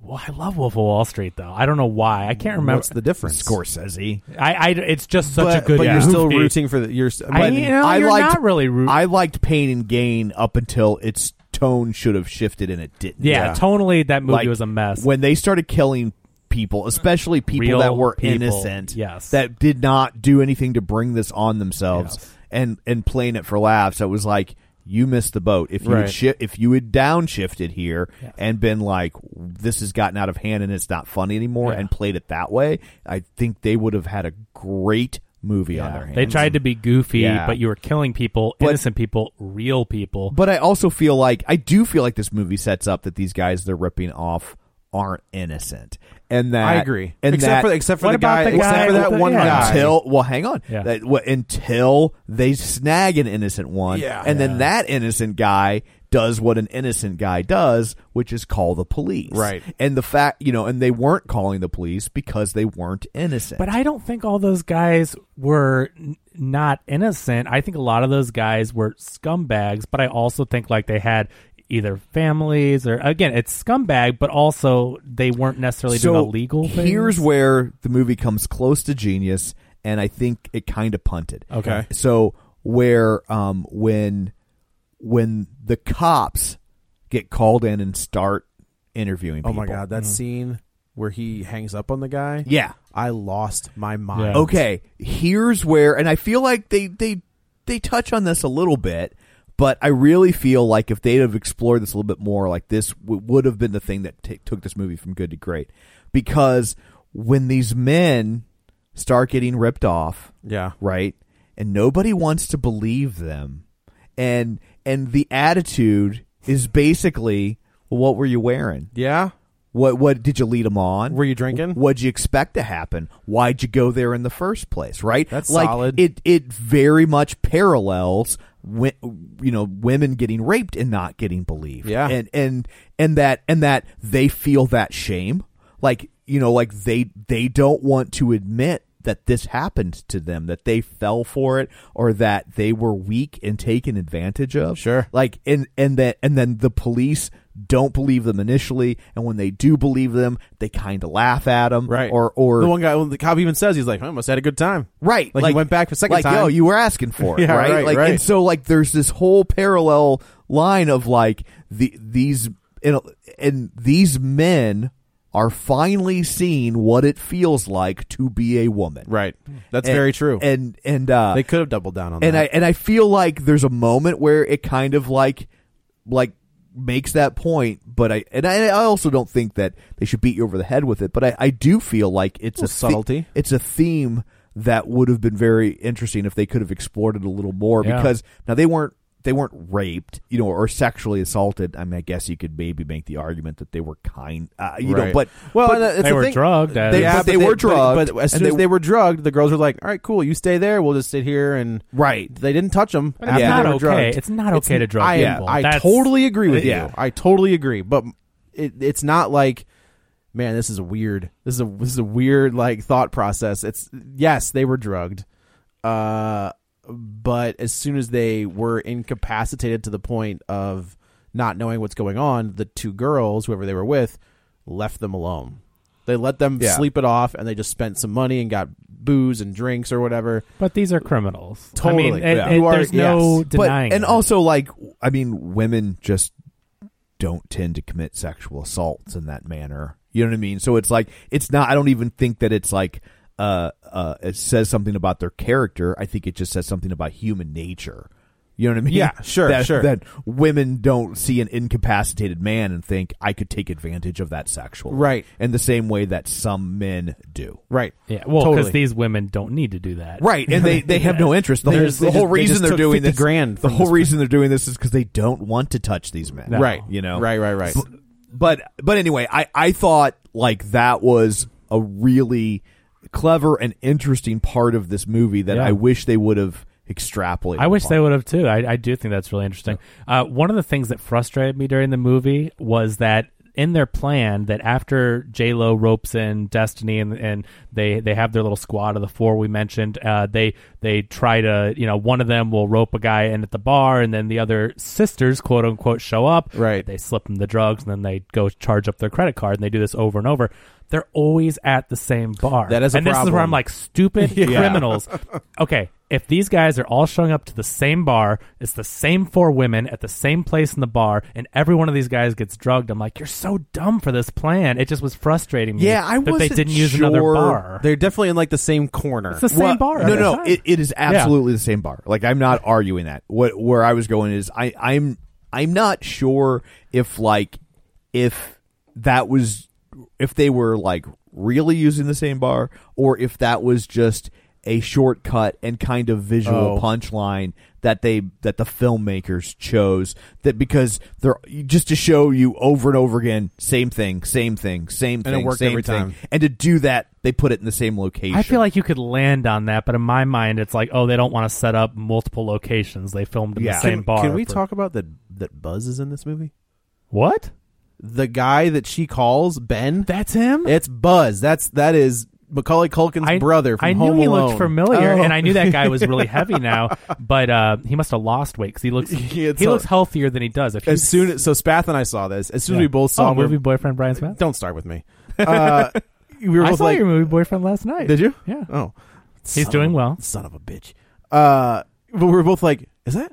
Speaker 7: Well, I love Wolf of Wall Street though. I don't know why. I can't remember.
Speaker 6: What's the difference?
Speaker 5: Scorsese.
Speaker 7: I, I it's just such
Speaker 6: but,
Speaker 7: a good.
Speaker 6: But you're
Speaker 7: movie.
Speaker 6: still rooting for the. You're. s-
Speaker 7: I,
Speaker 6: but-
Speaker 7: you know,
Speaker 5: I
Speaker 7: you're
Speaker 5: liked-
Speaker 7: not really rooting.
Speaker 5: I liked Pain and Gain up until its tone should have shifted and it didn't.
Speaker 7: yeah, tonally that movie
Speaker 5: Like,
Speaker 7: was a mess.
Speaker 5: When they started killing people, especially people
Speaker 7: Real
Speaker 5: that were
Speaker 7: people,
Speaker 5: innocent,
Speaker 7: yes.
Speaker 5: that did not do anything to bring this on themselves and and playing it for laughs, I was like you missed the boat. If you
Speaker 6: Right.
Speaker 5: had shi- if you had downshifted here and been like, "This has gotten out of hand and it's not funny anymore,"
Speaker 7: Yeah.
Speaker 5: and played it that way, I think they would have had a great movie on their hands.
Speaker 7: they tried to be goofy,
Speaker 5: Yeah.
Speaker 7: but you were killing people,
Speaker 5: But-
Speaker 7: innocent people, real people.
Speaker 5: But I also feel like I do feel like this movie sets up that these guys they're ripping off aren't innocent, and that
Speaker 6: I agree.
Speaker 5: And
Speaker 6: except
Speaker 5: that,
Speaker 6: for except for
Speaker 7: What
Speaker 6: the
Speaker 7: about
Speaker 6: guy,
Speaker 7: the guy
Speaker 6: except for
Speaker 7: with
Speaker 6: that
Speaker 7: the-
Speaker 6: one
Speaker 7: yeah.
Speaker 6: guy.
Speaker 5: until well, hang on,
Speaker 7: Yeah.
Speaker 5: That- wh- until they snag an innocent one,
Speaker 6: Yeah.
Speaker 5: and then that innocent guy does what an innocent guy does, which is call the police,
Speaker 6: Right.
Speaker 5: And the fact you know, and they weren't calling the police because they weren't innocent,
Speaker 7: But I don't think all those guys were n- not innocent. I think a lot of those guys were scumbags, but I also think like they had either families or again, it's scumbag, but also they weren't necessarily doing illegal things.
Speaker 5: Here's where the movie comes close to genius, and I think it kind of punted.
Speaker 6: Okay.
Speaker 5: So where um when when the cops get called in and start interviewing
Speaker 6: Oh
Speaker 5: people. Mm.
Speaker 6: my god, that scene where he hangs up on the guy.
Speaker 5: Yeah.
Speaker 6: I lost my mind.
Speaker 7: Yeah.
Speaker 5: Okay, here's where, and I feel like they they they touch on this a little bit, but I really feel like if they'd have explored this a little bit more, like this w- would have been the thing that ta took this movie from good to great, because when these men start getting ripped off,
Speaker 6: Yeah.
Speaker 5: right, and nobody wants to believe them, and and the attitude is basically, well, what were you wearing?
Speaker 6: Yeah.
Speaker 5: What what did you lead them on?
Speaker 6: Were you drinking?
Speaker 5: What'd you expect to happen? Why'd you go there in the first place? Right?
Speaker 6: That's
Speaker 5: like
Speaker 6: solid.
Speaker 5: it. It very much parallels, wi- you know, women getting raped and not getting believed.
Speaker 6: Yeah.
Speaker 5: and and and that and that they feel that shame, like you know, like they they don't want to admit that this happened to them, that they fell for it, or that they were weak and taken advantage of.
Speaker 6: Sure.
Speaker 5: Like and and that and then the police don't believe them initially, and when they do believe them, they kind of laugh at them,
Speaker 6: Right.
Speaker 5: Or or
Speaker 6: the one guy, the cop even says he's like, I must have had a good time.
Speaker 5: right,
Speaker 6: Like, he went back for a second
Speaker 5: like,
Speaker 6: time.
Speaker 5: Yo, you were asking for it,
Speaker 6: Yeah,
Speaker 5: right?
Speaker 6: right,
Speaker 5: Like
Speaker 6: right.
Speaker 5: and so like there's this whole parallel line of like the these and, and these men are finally seeing what it feels like to be a woman.
Speaker 6: Right. That's
Speaker 5: And-
Speaker 6: very true.
Speaker 5: And and uh,
Speaker 6: they could have doubled down on
Speaker 5: and I
Speaker 6: that.
Speaker 5: and I feel like there's a moment where it kind of like like makes that point, but I and I, I also don't think that they should beat you over the head with it, but I, I do feel like it's a,
Speaker 6: Little
Speaker 5: the-
Speaker 6: subtlety.
Speaker 5: it's a theme that would have been very interesting if they could have explored it a little more
Speaker 7: Yeah.
Speaker 5: because now they weren't they weren't raped, you know, or sexually assaulted. I mean, I guess you could maybe make the argument that they were kind, uh, you know,
Speaker 6: Right.
Speaker 5: but
Speaker 6: well,
Speaker 5: but-
Speaker 6: and it's
Speaker 7: they
Speaker 6: the
Speaker 7: were
Speaker 6: thing-
Speaker 7: drugged as-
Speaker 5: Yeah, but they were drugged,
Speaker 6: But, as soon
Speaker 5: and
Speaker 6: as
Speaker 5: they-
Speaker 6: they were drugged, the girls were like, "All right, cool. You stay there. We'll just sit here." And
Speaker 5: right,
Speaker 6: they didn't touch them.
Speaker 7: But it's not okay. It's not okay to drug
Speaker 6: I, am-
Speaker 7: people.
Speaker 6: I
Speaker 7: That's-
Speaker 6: totally agree with
Speaker 5: Yeah.
Speaker 6: you. I totally agree. But it, it's not like, man, this is a weird. This is a this is a weird like thought process. It's yes, they were drugged, uh, but as soon as they were incapacitated to the point of not knowing what's going on, the two girls, whoever they were with, left them alone. They let them
Speaker 5: Yeah.
Speaker 6: sleep it off, and they just spent some money and got booze and drinks or whatever.
Speaker 7: But these are criminals. I
Speaker 6: Totally.
Speaker 7: mean, it-
Speaker 6: Yeah.
Speaker 7: it-
Speaker 6: You are-
Speaker 7: there's no
Speaker 6: yes.
Speaker 7: denying.
Speaker 5: But, and
Speaker 7: it.
Speaker 5: also, like, I mean, women just don't tend to commit sexual assaults in that manner. You know what I mean? So it's like it's not. I don't even think that it's like uh uh it says something about their character. I think it just says something about human nature. You know what I mean?
Speaker 6: Yeah, sure,
Speaker 5: that,
Speaker 6: sure.
Speaker 5: That women don't see an incapacitated man and think I could take advantage of that sexually,
Speaker 6: Right.
Speaker 5: In the same way that some men do,
Speaker 6: Right.
Speaker 7: yeah, well, because
Speaker 6: Totally.
Speaker 7: these women don't need to do that,
Speaker 5: right? And they they have no interest. The
Speaker 6: They
Speaker 5: whole,
Speaker 6: just-
Speaker 5: the
Speaker 6: they
Speaker 5: whole
Speaker 6: just- they
Speaker 5: reason
Speaker 6: just
Speaker 5: they're
Speaker 6: took
Speaker 5: doing
Speaker 6: 50
Speaker 5: this,
Speaker 6: grand
Speaker 5: the
Speaker 6: from
Speaker 5: whole
Speaker 6: this
Speaker 5: reason they're doing this is because they don't want to touch these men,
Speaker 7: No.
Speaker 6: Right.
Speaker 5: You know,
Speaker 6: Right. Right. Right.
Speaker 5: But but anyway, I I thought like that was a really clever and interesting part of this movie that
Speaker 7: Yeah.
Speaker 5: I wish they would have extrapolated.
Speaker 7: I wish
Speaker 5: upon.
Speaker 7: they would have too. I, I do think that's really interesting. Uh, one of the things that frustrated me during the movie was that in their plan that after J Lo ropes in Destiny and and they they have their little squad of the four we mentioned, uh, they they try to you know one of them will rope a guy in at the bar and then the other sisters quote unquote show up.
Speaker 6: Right.
Speaker 7: They slip them the drugs and then they go charge up their credit card and they do this over and over. They're always at the same bar.
Speaker 6: That is a
Speaker 7: and this is where
Speaker 6: problem.
Speaker 7: I'm like stupid criminals. Okay, if these guys are all showing up to the same bar, it's the same four women at the same place in the bar, and every one of these guys gets drugged, I'm like, you're so dumb for this plan. It just was frustrating me.
Speaker 5: Yeah, I
Speaker 7: that they
Speaker 5: wasn't
Speaker 7: didn't use another
Speaker 5: sure
Speaker 7: bar.
Speaker 6: They're definitely in like the same corner.
Speaker 7: it's the same bar.
Speaker 5: No,
Speaker 7: every
Speaker 5: no,
Speaker 7: time.
Speaker 5: it, it is absolutely the same bar. Like I'm not arguing that. What where I was going is I I'm I'm not sure if like if that was if they were like really using the same bar or if that was just a shortcut and kind of visual
Speaker 6: Oh.
Speaker 5: punchline that they that the filmmakers chose that because they're just to show you over and over again same thing same thing same
Speaker 6: it
Speaker 5: thing
Speaker 6: worked
Speaker 5: same
Speaker 6: every
Speaker 5: thing.
Speaker 6: time.
Speaker 5: and to do that they put it in the same location
Speaker 7: I feel like you could land on that, but in my mind, it's like, oh, they don't want to set up multiple locations. They filmed in
Speaker 5: Yeah.
Speaker 7: the same
Speaker 6: Can-
Speaker 7: bar.
Speaker 6: Can we
Speaker 7: for-
Speaker 6: talk about that? That Buzz is in this movie.
Speaker 7: What?
Speaker 6: The guy that she calls Ben.
Speaker 7: That's him.
Speaker 6: It's Buzz. That's that is Macaulay Culkin's brother from
Speaker 7: I knew
Speaker 6: Home
Speaker 7: he
Speaker 6: Alone.
Speaker 7: looked familiar,
Speaker 6: Oh.
Speaker 7: and I knew that guy was really heavy now. But uh, he must have lost weight because he looks
Speaker 6: Yeah, it's
Speaker 7: he
Speaker 6: all-
Speaker 7: looks healthier than he does. If
Speaker 6: as
Speaker 7: he's-
Speaker 6: soon as, so Spath and I saw this. As soon as
Speaker 7: Yeah.
Speaker 6: we both saw
Speaker 7: oh,
Speaker 6: him, we were-
Speaker 7: movie boyfriend Brian Smith.
Speaker 6: don't start with me. Uh, we were
Speaker 7: I
Speaker 6: both
Speaker 7: saw
Speaker 6: like,
Speaker 7: your movie boyfriend last night.
Speaker 6: did you?
Speaker 7: Yeah,
Speaker 6: Oh,
Speaker 7: he's
Speaker 6: Son
Speaker 7: doing
Speaker 6: of a-
Speaker 7: well.
Speaker 6: Son of a bitch. Uh, but we were both like, is that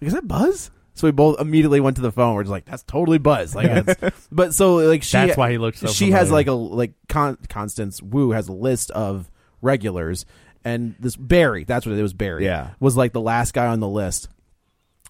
Speaker 6: is that Buzz? So we both immediately went to the phone. We're just like, that's totally Buzz. Like, that's, but so like she.
Speaker 7: That's why he looked so
Speaker 6: She has
Speaker 7: familiar.
Speaker 6: like a like Con- Constance Wu has a list of regulars, and this Barry. That's what it was. Barry.
Speaker 5: Yeah.
Speaker 6: was like the last guy on the list.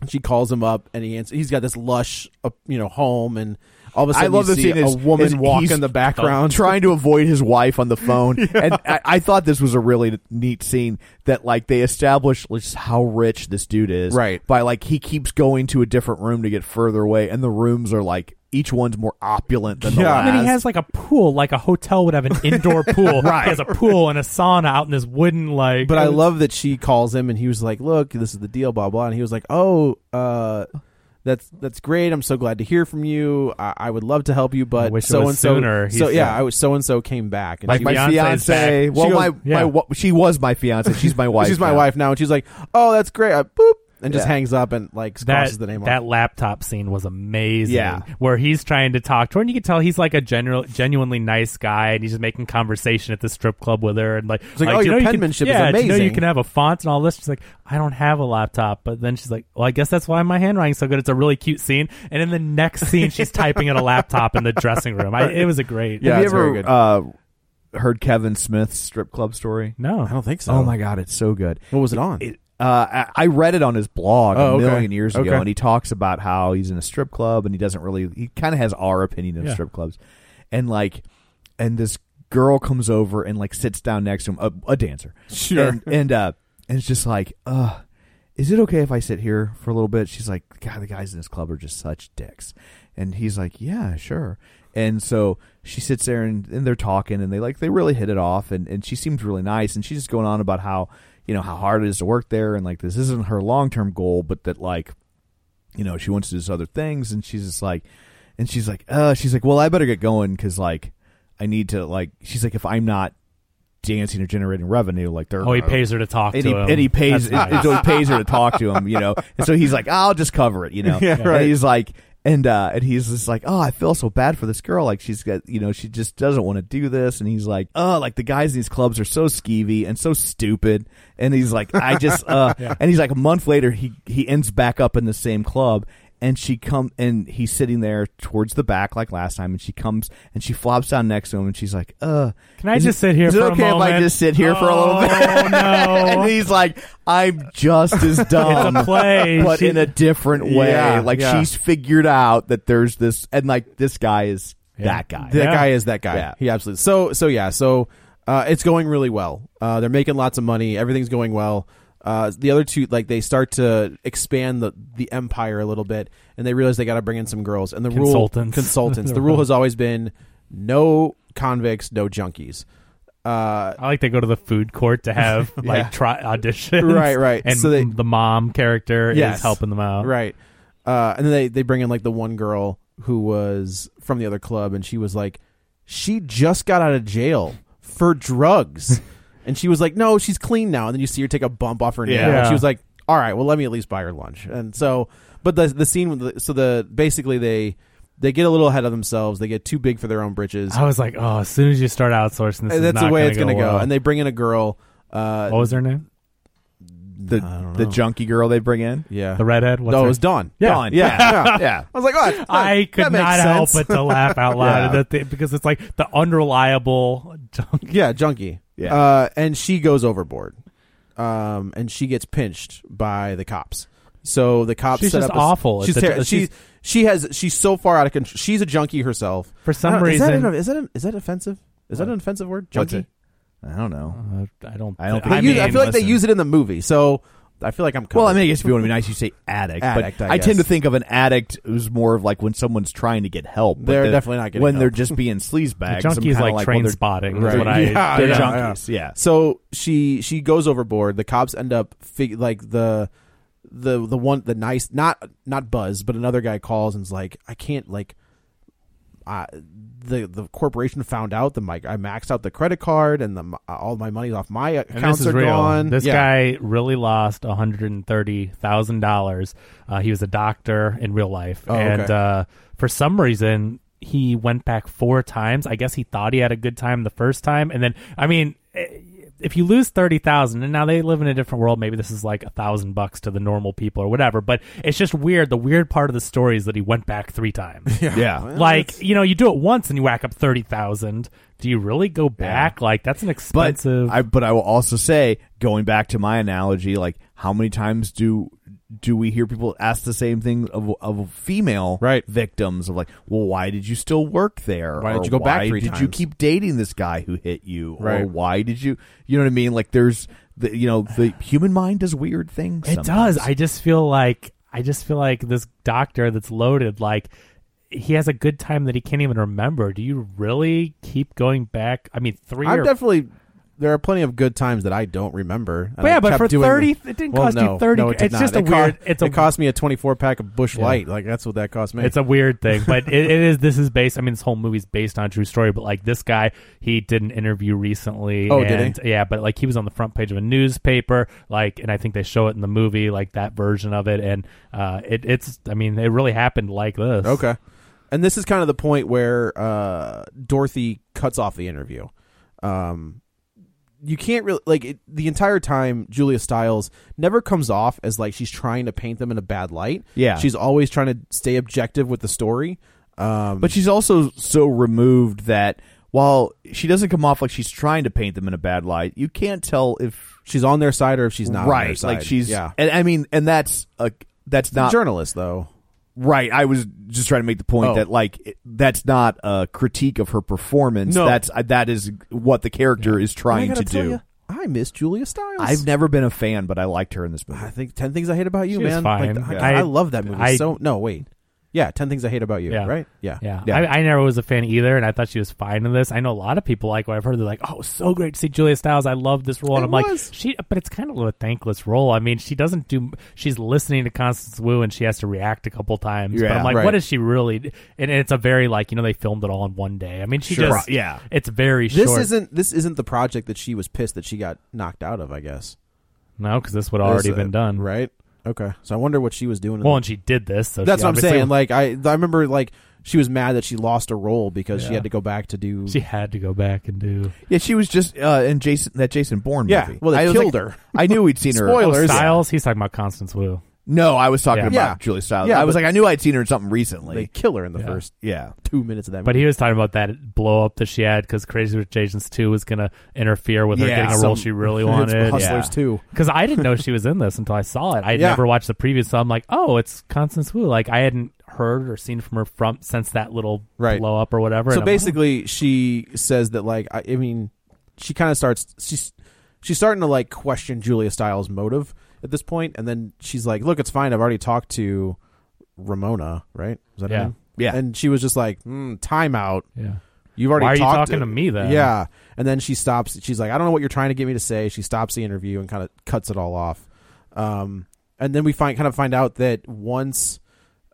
Speaker 6: She calls him up, and he answers. He's got this lush, uh, you know, home, and all of a
Speaker 5: I
Speaker 6: sudden
Speaker 5: love
Speaker 6: you
Speaker 5: the
Speaker 6: see
Speaker 5: scene.
Speaker 6: a
Speaker 5: is-
Speaker 6: woman
Speaker 5: is
Speaker 6: walk
Speaker 5: he's
Speaker 6: in the background,
Speaker 5: trying to avoid his wife on the phone, and I, I thought this was a really neat scene that like they establish just how rich this dude is,
Speaker 6: Right.
Speaker 5: By like he keeps going to a different room to get further away, and the rooms are like each one's more opulent than the
Speaker 6: Yeah.
Speaker 5: last.
Speaker 7: I mean, he has like a pool, like a hotel would have an indoor pool. right. He has a pool and a sauna out in this wooden like.
Speaker 6: But I love that she calls him and he was like, "Look, this is the deal, blah blah." And he was like, "Oh, uh, that's that's great. I'm so glad to hear from you. I, I would love to help you,
Speaker 7: I
Speaker 6: but
Speaker 7: wish it
Speaker 6: so
Speaker 7: was
Speaker 6: and so,
Speaker 7: sooner," he
Speaker 6: so yeah,
Speaker 7: said.
Speaker 6: I was so and so came back, and
Speaker 7: Like
Speaker 6: she
Speaker 5: my
Speaker 6: was-
Speaker 7: Beyonce's
Speaker 5: fiance.
Speaker 7: back.
Speaker 5: Well,
Speaker 6: She
Speaker 5: my,
Speaker 6: goes-
Speaker 7: yeah.
Speaker 5: my wa- she was my fiance. She's my wife.
Speaker 6: she's my
Speaker 5: now.
Speaker 6: wife now, and she's like, "Oh, that's great." I, boop, and just hangs up and like
Speaker 7: that
Speaker 6: crosses the name
Speaker 7: that
Speaker 6: off.
Speaker 7: laptop scene was amazing.
Speaker 5: Yeah.
Speaker 7: where he's trying to talk to her, and you can tell he's like a general, genuinely nice guy, and he's just making conversation at the strip club with her, and like,
Speaker 6: like, "Oh,
Speaker 7: "Do you
Speaker 6: your
Speaker 7: know you can-
Speaker 6: penmanship is
Speaker 7: yeah, do You know you
Speaker 6: amazing."
Speaker 7: can have a font and all this. She's like, I don't have a laptop, but then she's like, Well, I guess that's why my handwriting's so good. It's a really cute scene, and in the next scene, she's typing at a laptop in the dressing room. I, it was a great.
Speaker 6: Yeah,
Speaker 5: Have you
Speaker 6: it's very
Speaker 5: ever
Speaker 6: good.
Speaker 5: uh, heard Kevin Smith's strip club story?
Speaker 7: no,
Speaker 6: I don't think so.
Speaker 5: Oh my god, it's so good.
Speaker 6: what was it on?
Speaker 5: it, uh, I- I read it on his blog a
Speaker 6: Oh, okay.
Speaker 5: million years ago,
Speaker 6: Okay.
Speaker 5: and he talks about how he's in a strip club and he doesn't really, he kind of has our opinion of
Speaker 7: Yeah.
Speaker 5: strip clubs, and like, and this girl comes over and like sits down next to him, a, a dancer,
Speaker 6: Sure.
Speaker 5: and and, uh, and it's just like, uh, is it okay if I sit here for a little bit? She's like, God, the guys in this club are just such dicks, and he's like, Yeah, sure. And so she sits there and, and they're talking and they like they really hit it off and, and she seems really nice and she's just going on about how you know how hard it is to work there and like this isn't her long term goal but that like you know she wants to do these other things and she's just like and she's like uh she's like well I better get going because like I need to like she's like if I'm not dancing or generating revenue like they're
Speaker 7: Oh, he pays her to talk
Speaker 5: and
Speaker 7: to
Speaker 5: he,
Speaker 7: him,
Speaker 5: and he pays
Speaker 7: That's nice.
Speaker 5: and so he pays her to talk to him, you know. And so he's like, I'll just cover it, you know.
Speaker 6: Yeah, right.
Speaker 5: And he's like and uh and he's just like, Oh, I feel so bad for this girl. Like she's got you know, she just doesn't want to do this and he's like, Oh, like the guys in these clubs are so skeevy and so stupid and he's like, I just uh and he's like a month later he he ends back up in the same club and she come and he's sitting there towards the back like last time and she comes and she flops down next to him and she's like, Uh
Speaker 7: Can I
Speaker 5: is
Speaker 7: just
Speaker 5: it-
Speaker 7: sit here
Speaker 5: Is
Speaker 7: for
Speaker 5: it
Speaker 7: a
Speaker 5: okay if I
Speaker 7: moment?
Speaker 5: just sit here for a little
Speaker 7: Oh,
Speaker 5: bit?
Speaker 7: no.
Speaker 5: and he's like, I'm just as dumb.
Speaker 7: It's a play.
Speaker 5: But
Speaker 7: She-
Speaker 5: in a different way.
Speaker 6: Yeah,
Speaker 5: like
Speaker 6: yeah.
Speaker 5: she's figured out that there's this and like this guy is that guy.
Speaker 6: That
Speaker 7: Yeah.
Speaker 6: guy is that guy.
Speaker 5: Yeah.
Speaker 6: He absolutely. So so yeah. So uh, it's going really well. Uh, they're making lots of money. Everything's going well. Uh, the other two, like they start to expand the, the empire a little bit, and they realize they got to bring in some girls. And the
Speaker 7: Consultants.
Speaker 6: rule consultants. the rule has always been no convicts, no junkies. Uh,
Speaker 7: I like they go to the food court to have
Speaker 6: Yeah.
Speaker 7: like try auditions.
Speaker 6: Right, right.
Speaker 7: And
Speaker 6: So they-
Speaker 7: the mom character
Speaker 6: Yes.
Speaker 7: is helping them out.
Speaker 6: Right. Uh, and then they, they bring in like the one girl who was from the other club, and she was like, she just got out of jail for drugs, and she was like, no, she's clean now. And then you see her take a bump off her nail,
Speaker 7: Yeah.
Speaker 6: and she was like, all right, well, let me at least buy her lunch. And so, but the the scene, with the, so the basically they they get a little ahead of themselves, they get too big for their own britches.
Speaker 7: I was like, oh, as soon as you start outsourcing, this
Speaker 6: And
Speaker 7: is
Speaker 6: that's
Speaker 7: not
Speaker 6: the way
Speaker 7: gonna
Speaker 6: it's going to go.
Speaker 7: well.
Speaker 6: And they bring in a girl. Uh,
Speaker 7: what was her name?
Speaker 5: The the junkie girl they bring in.
Speaker 6: yeah,
Speaker 7: The redhead. What's
Speaker 6: no,
Speaker 7: her-
Speaker 6: it was Dawn.
Speaker 7: Yeah.
Speaker 5: Dawn. Yeah. Yeah. yeah.
Speaker 6: I was like, oh, that-
Speaker 7: I
Speaker 6: that
Speaker 7: could
Speaker 6: makes
Speaker 7: not help
Speaker 6: sense.
Speaker 7: but to laugh out loud at
Speaker 5: Yeah.
Speaker 7: that thing because it's like the unreliable junk.
Speaker 6: Yeah, junkie.
Speaker 5: Yeah.
Speaker 6: Uh, and she goes overboard. Um, and she gets pinched by the cops. So the cops
Speaker 7: She's
Speaker 6: set
Speaker 7: just
Speaker 6: up a-
Speaker 7: awful at
Speaker 6: she's,
Speaker 7: the-
Speaker 6: ter- she's
Speaker 7: she's-
Speaker 6: she has she's so far out of control. She's a junkie herself.
Speaker 7: For some
Speaker 6: I don't- Oh, is
Speaker 7: reason-
Speaker 6: that an, is that an, is that offensive? Is that an offensive word?
Speaker 5: What's
Speaker 6: Junkie.
Speaker 5: I don't know.
Speaker 7: Uh, I don't.
Speaker 5: I don't
Speaker 7: thi-
Speaker 5: think-
Speaker 6: They
Speaker 5: I
Speaker 6: use-
Speaker 5: mean,
Speaker 6: feel like they
Speaker 5: listen.
Speaker 6: use it in the movie. So I feel like I'm. Covered.
Speaker 5: Well, I mean, I guess if you want to be nice, you say addict.
Speaker 6: Addict,
Speaker 5: but
Speaker 6: I
Speaker 5: I, tend to
Speaker 6: guess.
Speaker 5: think of an addict who's more of like when someone's trying to get help. but
Speaker 6: They're definitely not getting
Speaker 5: when they're
Speaker 6: help.
Speaker 5: just being sleazebags. I'm
Speaker 7: junkies
Speaker 5: kinda
Speaker 7: like,
Speaker 5: well,
Speaker 7: train
Speaker 5: they're-
Speaker 7: spotting. Is
Speaker 5: Right.
Speaker 7: what I.
Speaker 5: Yeah,
Speaker 6: yeah,
Speaker 5: they're
Speaker 6: yeah.
Speaker 5: junkies. Yeah.
Speaker 6: So she she goes overboard. The cops end up fig- like the the the one the nice not not Buzz, but another guy calls and's like, I can't like. I the the corporation found out the my I maxed out the credit card and the m- all my money's off my
Speaker 7: And this
Speaker 6: accounts
Speaker 7: is
Speaker 6: are
Speaker 7: real.
Speaker 6: gone.
Speaker 7: This
Speaker 6: Yeah.
Speaker 7: guy really lost one hundred and thirty thousand dollars. Uh, he was a doctor in real life,
Speaker 6: Oh,
Speaker 7: and
Speaker 6: okay.
Speaker 7: uh, for some reason he went back four times. I guess he thought he had a good time the first time, and then I mean. eh, If you lose thirty thousand, and now they live in a different world, maybe this is like a thousand bucks to the normal people or whatever. But it's just weird. The weird part of the story is that he went back three times.
Speaker 5: Yeah. Yeah.
Speaker 7: like you know, you do it once and you whack up thirty thousand. Do you really go back? Like that's an
Speaker 5: But
Speaker 7: expensive.
Speaker 5: I but I will also say, going back to my analogy, like how many times do do we hear people ask the same thing of of female
Speaker 6: Right.
Speaker 5: victims of like, well, why did you still work there?
Speaker 6: Why did
Speaker 5: Or
Speaker 6: you go back
Speaker 5: why
Speaker 6: three
Speaker 5: Did you
Speaker 6: times?
Speaker 5: keep dating this guy who hit you? Or
Speaker 6: Right.
Speaker 5: why did you? You know what I mean? Like there's the you know the human mind does weird things.
Speaker 7: It
Speaker 5: sometimes.
Speaker 7: does. I just feel like I just feel like this doctor that's loaded, like he has a good time that he can't even remember. Do you really keep going back? I mean, 3
Speaker 6: I'm
Speaker 7: or
Speaker 6: definitely. There are plenty of good times that I don't remember. and
Speaker 7: But yeah,
Speaker 6: I
Speaker 7: but
Speaker 6: kept
Speaker 7: for
Speaker 6: doing-
Speaker 7: 30 it didn't
Speaker 6: Well,
Speaker 7: cost you
Speaker 6: no,
Speaker 7: 30
Speaker 6: no, it did
Speaker 7: it's
Speaker 6: not.
Speaker 7: just a
Speaker 6: It co-
Speaker 7: weird- it's a-
Speaker 6: it cost me a 24 pack of Bush Light. Like that's what that cost me.
Speaker 7: It's a weird thing, but it, it is. This is based. I mean, this whole movie's based on a true story. But like this guy, he did an interview recently.
Speaker 6: Oh,
Speaker 7: and,
Speaker 6: did he?
Speaker 7: Yeah, but like he was on the front page of a newspaper. Like, and I think they show it in the movie, like that version of it. And uh, it, it's. I mean, it really happened like this.
Speaker 6: Okay. And this is kind of the point where uh, Dorothy cuts off the interview. Um, you can't really like it, the entire time Julia Stiles never comes off as like she's trying to paint them in a bad light.
Speaker 5: Yeah.
Speaker 6: she's always trying to stay objective with the story. Um,
Speaker 5: But she's also so removed that while she doesn't come off like she's trying to paint them in a bad light, you can't tell if
Speaker 6: she's on their side or if she's not on their
Speaker 5: right.
Speaker 6: side.
Speaker 5: Like she's
Speaker 6: yeah.
Speaker 5: and I mean, and that's a that's not
Speaker 6: journalist though.
Speaker 5: right. I was just trying to make the point
Speaker 6: Oh.
Speaker 5: that like it- that's not a critique of her performance.
Speaker 6: No.
Speaker 5: That's uh, that is what the character is trying
Speaker 6: And I
Speaker 5: to
Speaker 6: gotta tell
Speaker 5: do.
Speaker 6: ya, I miss Julia Stiles.
Speaker 5: I've never been a fan, but I liked her in this movie.
Speaker 6: I think Ten Things I Hate About You,
Speaker 7: She was
Speaker 6: man.
Speaker 7: fine.
Speaker 6: Like,
Speaker 7: Yeah.
Speaker 6: I,
Speaker 7: I-
Speaker 6: I love that movie.
Speaker 7: I-
Speaker 6: so no, wait, yeah, Ten Things I Hate About You,
Speaker 7: Yeah.
Speaker 6: right? Yeah,
Speaker 7: Yeah,
Speaker 5: Yeah.
Speaker 7: I, I never was a fan either, and I thought she was fine in this. I know a lot of people like what I've heard. They're like, "Oh, so great to see Julia Stiles. I love this role." And
Speaker 6: It
Speaker 7: I'm
Speaker 6: was.
Speaker 7: like, "She," but it's kind of a thankless role. I mean, she doesn't do. She's listening to Constance Wu, and she has to react a couple times. but
Speaker 5: Yeah,
Speaker 7: I'm like,
Speaker 6: right.
Speaker 7: "What is she really?" And it's a very like you know they filmed it all in one day. I mean, she
Speaker 5: Sure.
Speaker 7: just
Speaker 5: Yeah.
Speaker 7: it's very
Speaker 6: This
Speaker 7: short.
Speaker 6: isn't this isn't the project that she was pissed that she got knocked out of. I guess
Speaker 7: no because this would have already
Speaker 6: This, uh,
Speaker 7: been done.
Speaker 6: right? Okay, so I wonder what she was doing. in
Speaker 7: Well,
Speaker 6: the-
Speaker 7: and she did this. So
Speaker 6: that's
Speaker 7: she
Speaker 6: what I'm
Speaker 7: obviously-
Speaker 6: saying. Like I, I remember like she was mad that she lost a role because she had to go back to do.
Speaker 7: She had to go back and do
Speaker 5: yeah, she was just uh, in Jason that Jason Bourne
Speaker 6: Yeah,
Speaker 5: movie.
Speaker 6: well, they
Speaker 5: I was
Speaker 6: killed
Speaker 5: like-
Speaker 6: her.
Speaker 5: I knew we'd seen her.
Speaker 7: oh,
Speaker 6: Spoilers.
Speaker 7: Stiles. He's talking about Constance Wu.
Speaker 5: No, I was talking
Speaker 7: Yeah.
Speaker 5: about
Speaker 6: Yeah.
Speaker 5: Julia Stiles.
Speaker 6: Yeah,
Speaker 5: I was
Speaker 6: but-
Speaker 5: like, I knew I'd seen her in something recently.
Speaker 6: they kill her in the first
Speaker 5: yeah.
Speaker 6: two minutes of that.
Speaker 7: But
Speaker 6: movie.
Speaker 7: he was talking about that blow up that she had because Crazy Rich Asians 2 was going to interfere with her
Speaker 5: Yeah,
Speaker 7: getting a role
Speaker 5: some-
Speaker 7: she really
Speaker 6: It's
Speaker 7: wanted.
Speaker 6: Hustlers
Speaker 5: yeah.
Speaker 6: too.
Speaker 7: Because I didn't know she was in this until I saw it. I would
Speaker 6: Yeah.
Speaker 7: never watched the preview, so I'm like, oh, it's Constance Wu. Like, I hadn't heard or seen from her from since that little
Speaker 6: Right.
Speaker 7: blow up or whatever.
Speaker 6: So
Speaker 7: and I'm like,
Speaker 6: basically, she says that like I, I mean, she kind of starts she's she's starting to like question Julia Stiles' motive at this point, and then she's like, "Look, it's fine. I've already talked to Ramona, right? Is that her
Speaker 7: Yeah.
Speaker 6: name?
Speaker 5: Yeah.
Speaker 6: And she was just like, mm, "Time out.
Speaker 7: yeah.
Speaker 6: You've already
Speaker 7: Why are you
Speaker 6: talked
Speaker 7: talking to me then?
Speaker 6: Yeah. And then she stops. She's like, "I don't know what you're trying to get me to say." She stops the interview and kind of cuts it all off. Um, and then we find kind of find out that once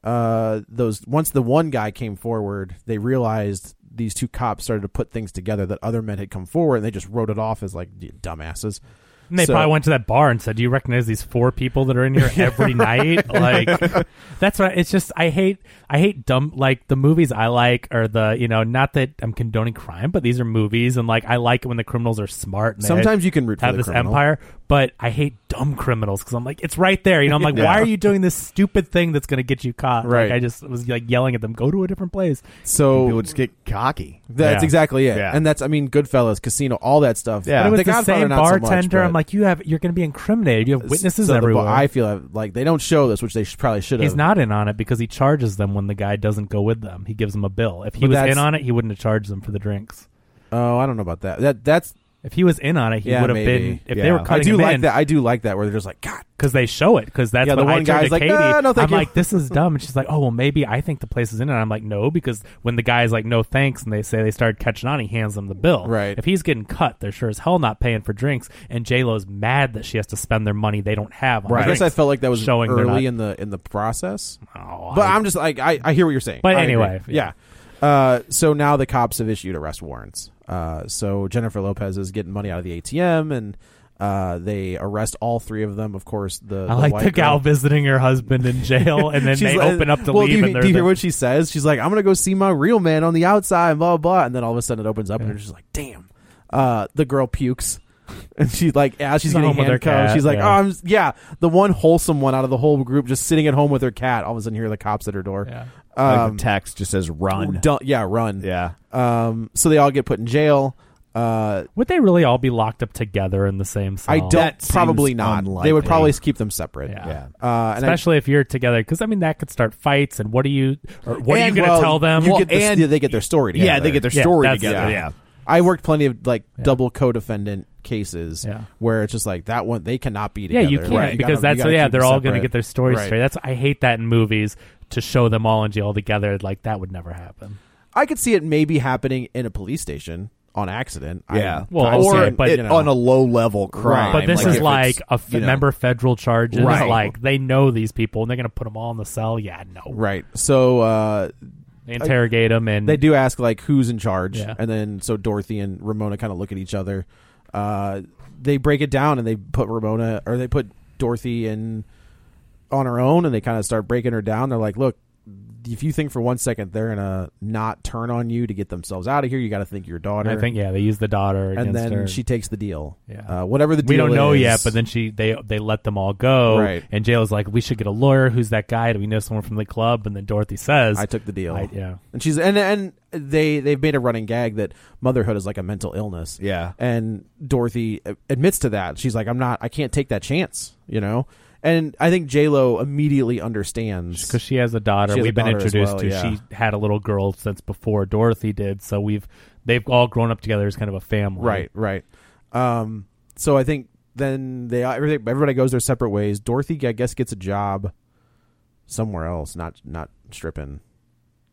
Speaker 6: uh, those once the one guy came forward, they realized these two cops started to put things together that other men had come forward, and they just wrote it off as like "You dumbasses.
Speaker 7: And they
Speaker 6: So-
Speaker 7: probably went to that bar and said, "Do you recognize these four people that are in here every night?" Like, that's what it's just. I hate. I hate dumb. Like the movies I like are the you know not that I'm condoning crime, but these are movies, and like I like it when the criminals are smart. And they
Speaker 6: Sometimes you can root for
Speaker 7: have
Speaker 6: the
Speaker 7: this
Speaker 6: criminal.
Speaker 7: empire, but I hate dumb criminals because I'm like, it's right there. You know, I'm like, why are you doing this stupid thing that's going to get you caught?
Speaker 6: Right.
Speaker 7: Like, I just was like yelling at them, go to a different place.
Speaker 6: So
Speaker 5: People just get cocky.
Speaker 6: That's
Speaker 7: Yeah.
Speaker 6: exactly it.
Speaker 5: Yeah.
Speaker 6: And that's I mean Goodfellas, Casino, all that stuff.
Speaker 5: Yeah.
Speaker 7: But it was
Speaker 6: The
Speaker 7: the,
Speaker 6: Godfather,
Speaker 7: same
Speaker 6: not so much,
Speaker 7: bartender.
Speaker 6: but-
Speaker 7: I'm like, you have you're going to be incriminated. You have witnesses
Speaker 6: So the-
Speaker 7: everywhere.
Speaker 6: I feel like they don't show this, which they should, probably should have.
Speaker 7: He's not in on it because he charges them when the guy doesn't go with them. He gives them a bill. If he
Speaker 6: But
Speaker 7: was
Speaker 6: that's-
Speaker 7: in on it, he wouldn't have charged them for the drinks.
Speaker 6: Oh, I don't know about that. That that's
Speaker 7: If he was in on it, he
Speaker 6: yeah,
Speaker 7: would have
Speaker 6: maybe.
Speaker 7: been. If
Speaker 5: Yeah.
Speaker 7: they were
Speaker 6: I
Speaker 7: cutting
Speaker 6: do
Speaker 7: him
Speaker 6: like
Speaker 7: in,
Speaker 6: that. I do like that where they're just like God.
Speaker 7: because they show it. Because that's
Speaker 6: Yeah, the
Speaker 7: when I
Speaker 6: one
Speaker 7: turned
Speaker 6: guy's
Speaker 7: to
Speaker 6: like,
Speaker 7: Katie.
Speaker 6: "Nah, no, thank
Speaker 7: I'm
Speaker 6: you."
Speaker 7: like, this is dumb, and she's like, oh well, maybe I think the place is in it. And I'm like, no, because when the guy's like, no thanks, and they say they started catching on, he hands them the bill.
Speaker 6: Right.
Speaker 7: If he's getting cut, they're sure as hell not paying for drinks. And J Lo's mad that she has to spend their money they don't have. On
Speaker 6: I guess I
Speaker 7: drinks,
Speaker 6: felt like that was
Speaker 7: showing they're not-
Speaker 6: early in the in the process.
Speaker 7: Oh,
Speaker 6: But
Speaker 7: I-
Speaker 6: I'm just like I, I hear what you're saying.
Speaker 7: But
Speaker 6: I agree.
Speaker 7: anyway,
Speaker 6: yeah. Uh, so now the cops have issued arrest warrants. Uh, so Jennifer Lopez is getting money out of the ATM, and uh, they arrest all three of them. Of course, the
Speaker 7: I like the gal
Speaker 6: gal.
Speaker 7: visiting her husband in jail, and then
Speaker 6: She's
Speaker 7: they
Speaker 6: like-
Speaker 7: open up to
Speaker 6: well,
Speaker 7: leave,
Speaker 6: Do you,
Speaker 7: and they're
Speaker 6: do you
Speaker 7: the-
Speaker 6: hear what she says? She's like, "I'm gonna go see my real man on the outside," blah blah. blah. And then all of a sudden, it opens up, and they're just like, "Damn!" Uh, the girl pukes, and she's like, "As she's
Speaker 7: She's
Speaker 6: getting
Speaker 7: home with her
Speaker 6: handcuffed,
Speaker 7: cat,
Speaker 6: she's like,
Speaker 7: yeah.
Speaker 6: "Oh, I'm s- yeah, the one wholesome one out of the whole group, just sitting at home with her cat." All of a sudden, here are the cops at her door.
Speaker 7: Yeah.
Speaker 5: Like
Speaker 6: Um,
Speaker 5: the text just says run.
Speaker 6: don't- yeah, run.
Speaker 5: Yeah.
Speaker 6: Um, so they all get put in jail. Uh,
Speaker 7: Would they really all be locked up together in the same cell?
Speaker 6: I don't.
Speaker 5: That seems
Speaker 6: probably not. They would
Speaker 5: unlikely.
Speaker 6: probably keep them separate.
Speaker 7: Yeah.
Speaker 5: Yeah.
Speaker 6: Uh, and I-
Speaker 7: Especially if you're together, because I mean that could start fights. And what do you? Or what are you
Speaker 5: And,
Speaker 7: going to
Speaker 5: well,
Speaker 7: tell them?
Speaker 6: you
Speaker 5: Well,
Speaker 6: get the,
Speaker 5: and-
Speaker 6: they get their story.
Speaker 5: Yeah,
Speaker 6: Together.
Speaker 5: they get their
Speaker 7: Yeah,
Speaker 5: story
Speaker 7: that's-
Speaker 5: together.
Speaker 7: yeah.
Speaker 5: Yeah.
Speaker 6: I worked plenty of like double co-defendant cases
Speaker 7: Yeah.
Speaker 6: where it's just like that one they cannot be
Speaker 7: yeah,
Speaker 6: together.
Speaker 7: you can't
Speaker 6: Right. You gotta-
Speaker 7: because
Speaker 6: you
Speaker 7: that's
Speaker 6: gotta
Speaker 7: yeah.
Speaker 6: keep
Speaker 7: They're
Speaker 6: them
Speaker 7: all going to
Speaker 6: separate.
Speaker 7: get their stories
Speaker 6: Right.
Speaker 7: straight. That's I hate that in movies to show them all in jail together. Like that would never happen.
Speaker 6: I could see it maybe happening in a police station on accident. I-
Speaker 5: Yeah.
Speaker 7: Well,
Speaker 6: I
Speaker 7: I'm
Speaker 5: or
Speaker 7: saying,
Speaker 6: understand,
Speaker 7: but,
Speaker 5: it-
Speaker 6: you know.
Speaker 5: on a low level crime.
Speaker 7: But this
Speaker 6: like,
Speaker 7: is
Speaker 5: if
Speaker 7: like
Speaker 5: it's,
Speaker 7: a f-
Speaker 5: you know,
Speaker 7: remember federal charges.
Speaker 5: Right.
Speaker 7: Like they know these people and they're going to put them all in the cell. Yeah, no.
Speaker 6: right. So uh,
Speaker 7: They interrogate them and
Speaker 6: they do ask like who's in charge,
Speaker 7: Mm-hmm. Yeah.
Speaker 6: and then so Dorothy and Ramona kind of look at each other. Uh, they break it down and they put Ramona or they put Dorothy in on her own, and they kind of start breaking her down. They're like, "Look, if you think for one second they're gonna not turn on you to get themselves out of here, you got to think your daughter."
Speaker 7: I think yeah, they use the daughter
Speaker 6: and
Speaker 7: against
Speaker 6: then
Speaker 7: her.
Speaker 6: she takes the deal.
Speaker 7: Yeah.
Speaker 6: Uh, whatever the
Speaker 7: we
Speaker 6: deal.
Speaker 7: don't know
Speaker 6: is-
Speaker 7: yet, but then she they they let them all go.
Speaker 6: Right.
Speaker 7: And Jail's like, we should get a lawyer. Who's that guy? Do we know someone from the club? And then Dorothy says,
Speaker 6: I took the deal.
Speaker 7: I- yeah.
Speaker 6: And she's and and they they've made a running gag that motherhood is like a mental illness.
Speaker 5: Yeah.
Speaker 6: And Dorothy a- admits to that. She's like, I'm not. I can't take that chance. You know. And I think J Lo immediately understands.
Speaker 7: because she has a daughter.
Speaker 6: She has a
Speaker 7: we've been
Speaker 6: daughter as
Speaker 7: introduced
Speaker 6: well,
Speaker 7: to.
Speaker 6: yeah.
Speaker 7: She had a little girl since before Dorothy did. So we've they've all grown up together as kind of a family.
Speaker 6: Right. Right. Um. So I think then they everything everybody goes their separate ways. Dorothy, I guess, gets a job somewhere else, not not stripping.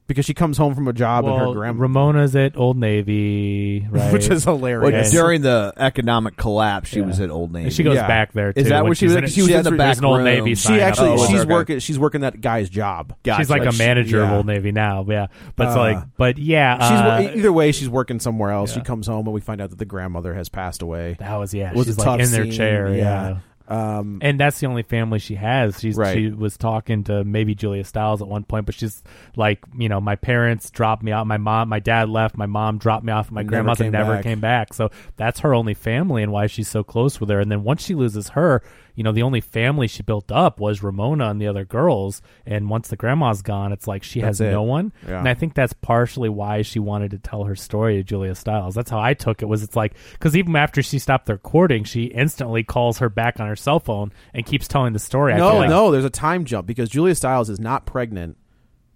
Speaker 6: Because she comes home from a job and her
Speaker 7: Well,
Speaker 6: grandma
Speaker 7: Ramona's at Old Navy, right?
Speaker 6: which is hilarious.
Speaker 5: well,
Speaker 7: Yes.
Speaker 5: during the economic collapse, she
Speaker 7: Yeah.
Speaker 5: was at Old Navy.
Speaker 7: And she goes
Speaker 6: Yeah.
Speaker 7: back there. Too,
Speaker 5: Is that
Speaker 7: when
Speaker 5: what she
Speaker 7: she's
Speaker 5: was-
Speaker 7: in it.
Speaker 5: she was
Speaker 7: She's
Speaker 5: in the
Speaker 7: there's
Speaker 5: back
Speaker 7: an Old
Speaker 5: room. She
Speaker 7: Navy.
Speaker 6: she
Speaker 7: sign up.
Speaker 6: actually
Speaker 5: Oh,
Speaker 7: She's
Speaker 5: okay,
Speaker 6: she's
Speaker 5: okay.
Speaker 6: working she's working that guy's job.
Speaker 5: Gotcha.
Speaker 7: She's like a
Speaker 5: she-
Speaker 7: manager of
Speaker 6: yeah.
Speaker 7: Old Navy now, yeah. But it's
Speaker 6: Uh,
Speaker 7: like, but yeah,
Speaker 6: She's
Speaker 7: uh,
Speaker 6: wor- either way she's working somewhere else. She
Speaker 7: yeah.
Speaker 6: comes home and we find out that the grandmother has passed away.
Speaker 7: That was yeah.
Speaker 6: It was
Speaker 7: she's
Speaker 6: a
Speaker 7: like
Speaker 6: tough
Speaker 7: in their
Speaker 6: scene,
Speaker 7: chair.
Speaker 6: yeah.
Speaker 7: Yeah.
Speaker 6: Um,
Speaker 7: And that's the only family she has. She's
Speaker 6: Right.
Speaker 7: she was talking to maybe Julia Stiles at one point, but she's like, you know, my parents dropped me out. My mom, my dad left. My mom dropped me off. at My
Speaker 6: Never
Speaker 7: grandmother
Speaker 6: came
Speaker 7: never
Speaker 6: back.
Speaker 7: came back. So that's her only family, and why she's so close with her. And then once she loses her, you know, the only family she built up was Ramona and the other girls. And once the grandma's gone, it's like she
Speaker 6: That's
Speaker 7: has
Speaker 6: it.
Speaker 7: no one.
Speaker 6: Yeah.
Speaker 7: And I think that's partially why she wanted to tell her story to Julia Stiles. That's how I took it. Was it's like because even after she stopped the recording, she instantly calls her back on her cell phone and keeps telling the story. I
Speaker 6: no,
Speaker 7: feel like
Speaker 6: no, there's a time jump because Julia Stiles is not pregnant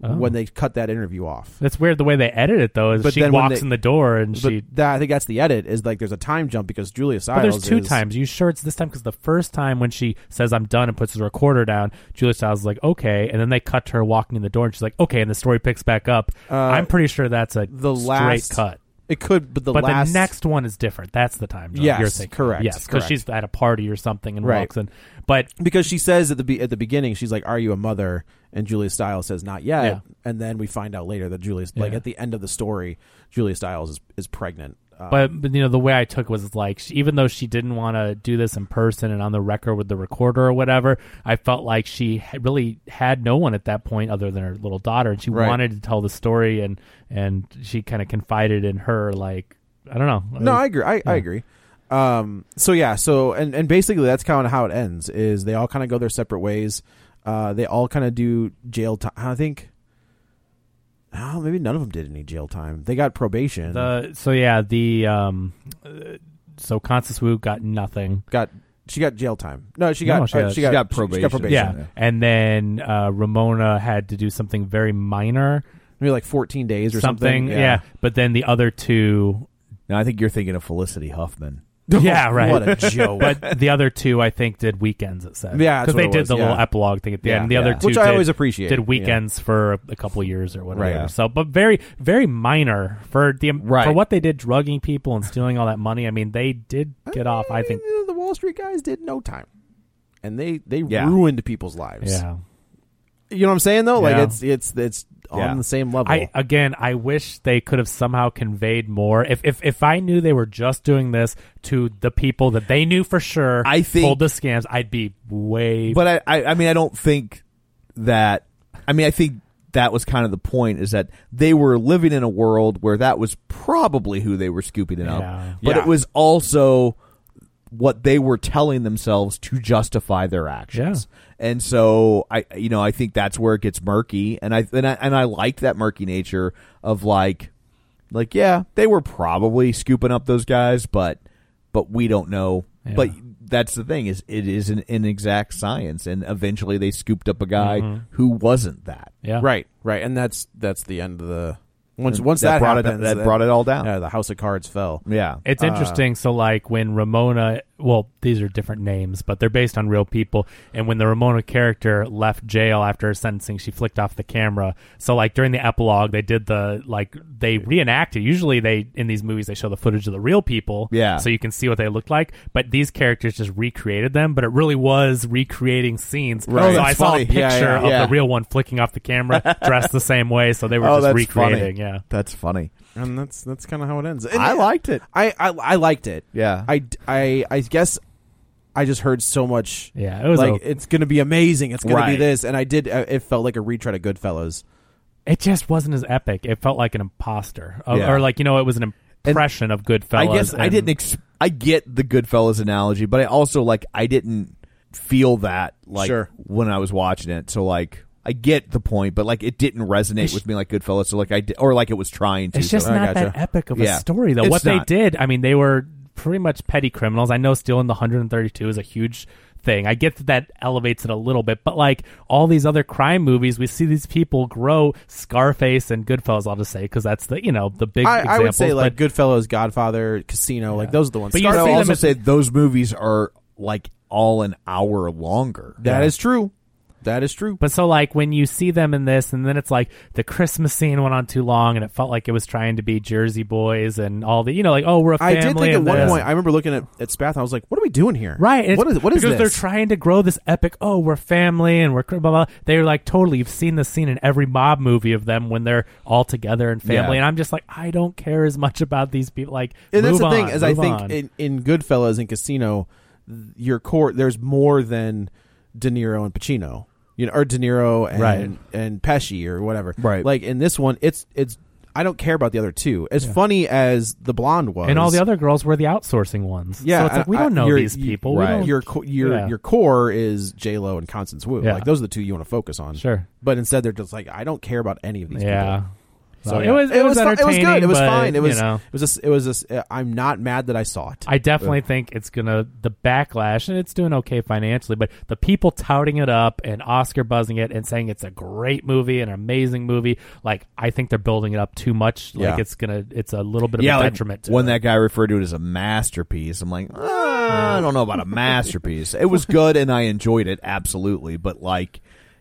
Speaker 7: Oh.
Speaker 6: when they cut that interview off.
Speaker 7: That's weird the way they edit it though. Is
Speaker 6: But
Speaker 7: she
Speaker 6: then when
Speaker 7: walks
Speaker 6: they-
Speaker 7: in the door and
Speaker 6: But
Speaker 7: she.
Speaker 6: that, I think that's the edit is like there's a time jump because Julia Stiles
Speaker 7: But there's two
Speaker 6: is-
Speaker 7: times. You sure it's this time? Because the first time when she says "I'm done" and puts the recorder down, Julia Stiles is like, "Okay," and then they cut to
Speaker 6: Uh,
Speaker 7: her walking in the door, and she's like, "Okay," and the story picks back up. I'm pretty sure that's a
Speaker 6: the
Speaker 7: straight
Speaker 6: last-
Speaker 7: cut.
Speaker 6: It could, but the
Speaker 7: but
Speaker 6: last
Speaker 7: the next one is different. That's the time. John,
Speaker 6: Yes,
Speaker 7: you're thinking.
Speaker 6: correct,
Speaker 7: Yes, because
Speaker 6: correct.
Speaker 7: she's at a party or something and
Speaker 6: Right.
Speaker 7: walks in. But
Speaker 6: because she says at the be- at the beginning, she's like, "Are you a mother?" And Julia Stiles says, "Not yet."
Speaker 7: Yeah.
Speaker 6: And then we find out later that Julia, like
Speaker 7: Yeah.
Speaker 6: at the end of the story, Julia Stiles is is pregnant. Uh,
Speaker 7: but, but you know the way I took was like she, even though she didn't want to do this in person and on the record with the recorder or whatever, I felt like she ha- really had no one at that point other than her little daughter, and she
Speaker 6: Right.
Speaker 7: wanted to tell the story, and and she kind of confided in her like I don't know.
Speaker 6: no, I agree. I, I agree. Um. So yeah. So and and basically that's kind of how it ends. Is they all kind of go their separate ways. Uh, they all kind of do jail time. I think. Oh, maybe none of them did any jail time. They got probation.
Speaker 7: The, so yeah, the um, uh, so Constance Wu got nothing.
Speaker 6: got she got jail time. No, she
Speaker 7: No,
Speaker 6: got
Speaker 7: she
Speaker 6: uh,
Speaker 7: got-
Speaker 5: she
Speaker 6: she got,
Speaker 5: got
Speaker 6: She got
Speaker 5: probation.
Speaker 6: probation.
Speaker 7: Yeah.
Speaker 5: yeah.
Speaker 7: And then uh, Ramona had to do something very minor
Speaker 6: maybe like fourteen days or something.
Speaker 7: something. Yeah. But then the other two
Speaker 5: Now I think you're thinking of Felicity Huffman.
Speaker 7: Yeah, right.
Speaker 6: What a joke.
Speaker 7: but the other two I think did weekends it said.
Speaker 6: Yeah, that's
Speaker 7: Because
Speaker 6: what
Speaker 7: they
Speaker 6: it
Speaker 7: did
Speaker 6: was,
Speaker 7: the little
Speaker 6: yeah.
Speaker 7: epilogue thing at the
Speaker 6: Yeah,
Speaker 7: end. And the other
Speaker 6: yeah.
Speaker 7: two
Speaker 6: Which I
Speaker 7: did-
Speaker 6: always appreciate, yeah.
Speaker 7: Did weekends for a couple years or whatever.
Speaker 5: Right, yeah.
Speaker 7: So but very very minor for the
Speaker 5: Right.
Speaker 7: for what they did drugging people and stealing all that money. I mean they did get off, I think.
Speaker 6: Eh, the Wall Street guys did no time, and they they
Speaker 5: Yeah.
Speaker 6: ruined people's lives.
Speaker 7: Yeah.
Speaker 6: You know what I'm saying though? Like
Speaker 7: Yeah.
Speaker 6: it's it's it's on
Speaker 5: Yeah.
Speaker 6: the same level.
Speaker 7: I again, I wish they could have somehow conveyed more. If if if I knew they were just doing this to the people that they knew for sure,
Speaker 5: I think-
Speaker 7: pulled the scams, I'd be way.
Speaker 5: But I, I, I mean, I don't think that. I mean, I think that was kind of the point is that they were living in a world where that was probably who they were scooping it
Speaker 7: Yeah.
Speaker 5: up, but
Speaker 6: Yeah.
Speaker 5: it was also what they were telling themselves to justify their actions. And so I, you know, I think that's where it gets murky, and I and I and I like that murky nature of like, like yeah, they were probably scooping up those guys, but but we don't know.
Speaker 7: Yeah.
Speaker 5: But that's the thing is it is an inexact science, and eventually they scooped up a guy who wasn't that.
Speaker 7: yeah,
Speaker 6: right, right, and that's that's the end of the once
Speaker 5: And
Speaker 6: once
Speaker 5: that
Speaker 6: that,
Speaker 5: brought it-
Speaker 6: happens,
Speaker 5: that
Speaker 6: then-
Speaker 5: brought it all down.
Speaker 6: Yeah, the house of cards fell.
Speaker 5: Yeah,
Speaker 7: It's interesting. so, like when Ramona, well, these are different names, but they're based on real people. And when the Ramona character left jail after her sentencing, she flicked off the camera. So, like during the epilogue, they did the like they reenacted. Usually, they in these movies they show the footage of the real people,
Speaker 5: Yeah.
Speaker 7: so you can see what they looked like. But these characters just recreated them. But it really was recreating scenes.
Speaker 5: Right. Oh,
Speaker 7: So
Speaker 5: that's
Speaker 7: I saw
Speaker 5: funny.
Speaker 7: a picture
Speaker 5: Yeah, yeah,
Speaker 7: of
Speaker 5: yeah.
Speaker 7: the real one flicking off the camera, dressed the same way. So they were
Speaker 5: oh,
Speaker 7: just
Speaker 5: that's
Speaker 7: recreating.
Speaker 5: funny.
Speaker 7: Yeah.
Speaker 5: that's funny.
Speaker 6: and that's that's kind of how it ends. And
Speaker 5: I liked it.
Speaker 6: I, I I liked it.
Speaker 5: Yeah.
Speaker 6: I I I guess I just heard so much.
Speaker 7: Yeah, it was
Speaker 6: like
Speaker 7: a-
Speaker 6: it's gonna be amazing. It's gonna be
Speaker 5: Right.
Speaker 6: this, and I did. uh, It felt like a retread of Goodfellas.
Speaker 7: it just wasn't as epic. It felt like an imposter, Uh, Or-
Speaker 5: Yeah.
Speaker 7: or like you know, it was an impression of Goodfellas.
Speaker 5: I guess I
Speaker 7: and-
Speaker 5: didn't. Ex- I get the Goodfellas analogy, but I also like I didn't feel that like
Speaker 6: Sure.
Speaker 5: when I was watching it. So like I get the point, but like it didn't resonate
Speaker 7: It's-
Speaker 5: with me like Goodfellas. So like I di- or like it was trying to.
Speaker 7: It's just
Speaker 5: so-
Speaker 7: not
Speaker 6: gotcha.
Speaker 7: that epic of
Speaker 5: Yeah.
Speaker 7: a story, though.
Speaker 5: It's
Speaker 7: what
Speaker 5: not.
Speaker 7: they did, I mean, they were pretty much petty criminals. I know stealing the 132 is a huge thing. I get that that elevates it a little bit, but like all these other crime movies, we see these people grow. Scarface and Goodfellas, I'll just say, because that's the you know the big.
Speaker 6: I, I would
Speaker 7: examples,
Speaker 6: say like
Speaker 7: but-
Speaker 6: Goodfellas, Godfather, Casino, like those are the ones.
Speaker 7: But you
Speaker 5: I
Speaker 7: see
Speaker 5: would
Speaker 7: them
Speaker 5: also
Speaker 7: as-
Speaker 5: say those movies are like all an hour longer.
Speaker 6: That is true. That is true.
Speaker 7: But so like when you see them in this, and then it's like the Christmas scene went on too long, and it felt like it was trying to be Jersey Boys and all the you know like oh we're a
Speaker 6: I
Speaker 7: family.
Speaker 6: did think at
Speaker 7: and
Speaker 6: one
Speaker 7: this.
Speaker 6: point I remember looking at, at Spath and I was like, "What are we doing here?
Speaker 7: Right, and
Speaker 6: What
Speaker 7: it's
Speaker 6: is what is
Speaker 7: because
Speaker 6: this?
Speaker 7: they're trying to grow this epic. Oh, we're family, and we're cr- blah blah. blah. They're like totally. You've seen this scene in every mob movie of them when they're all together and family,
Speaker 5: Yeah.
Speaker 7: and I'm just like, I don't care as much about these people. Like,
Speaker 6: and that's the
Speaker 7: move
Speaker 6: thing
Speaker 7: on,
Speaker 6: is I
Speaker 7: move
Speaker 6: think
Speaker 7: on.
Speaker 6: in, in Goodfellas and Casino, th- your core there's more than De Niro and Pacino, you know, or De Niro and
Speaker 5: Right.
Speaker 6: and Pesci or whatever.
Speaker 5: Right.
Speaker 6: Like in this one, it's it's I don't care about the other two. As funny as the blonde was,
Speaker 7: and all the other girls were the outsourcing ones.
Speaker 6: Yeah,
Speaker 7: so it's like we
Speaker 6: I- I-
Speaker 7: don't know
Speaker 6: you're-
Speaker 7: these
Speaker 6: you-
Speaker 7: people.
Speaker 5: right.
Speaker 7: We don't,
Speaker 6: your co- your
Speaker 7: Yeah.
Speaker 6: your core is J Lo and Constance Wu.
Speaker 7: Yeah.
Speaker 6: Like those are the two you want to focus on.
Speaker 7: Sure.
Speaker 6: But instead, they're just like I don't care about any of these.
Speaker 7: yeah.
Speaker 6: people.
Speaker 7: So
Speaker 6: So
Speaker 7: it was it, was
Speaker 6: fu- it was good. It was
Speaker 7: entertaining, but,
Speaker 6: fine. It was
Speaker 7: you know.
Speaker 6: it was a s- it was a s- uh, I'm not mad that I saw it.
Speaker 7: I definitely think it's gonna the backlash, and it's doing okay financially. But the people touting it up and Oscar buzzing it and saying it's a great movie, an amazing movie, like I think they're building it up too much. Like
Speaker 6: Yeah.
Speaker 7: it's gonna, it's a little bit of a
Speaker 5: like,
Speaker 7: detriment. to
Speaker 5: when
Speaker 7: it.
Speaker 5: that guy referred to it as a masterpiece, I'm like, "Ah, I don't know about a masterpiece. It was good and I enjoyed it absolutely, but like,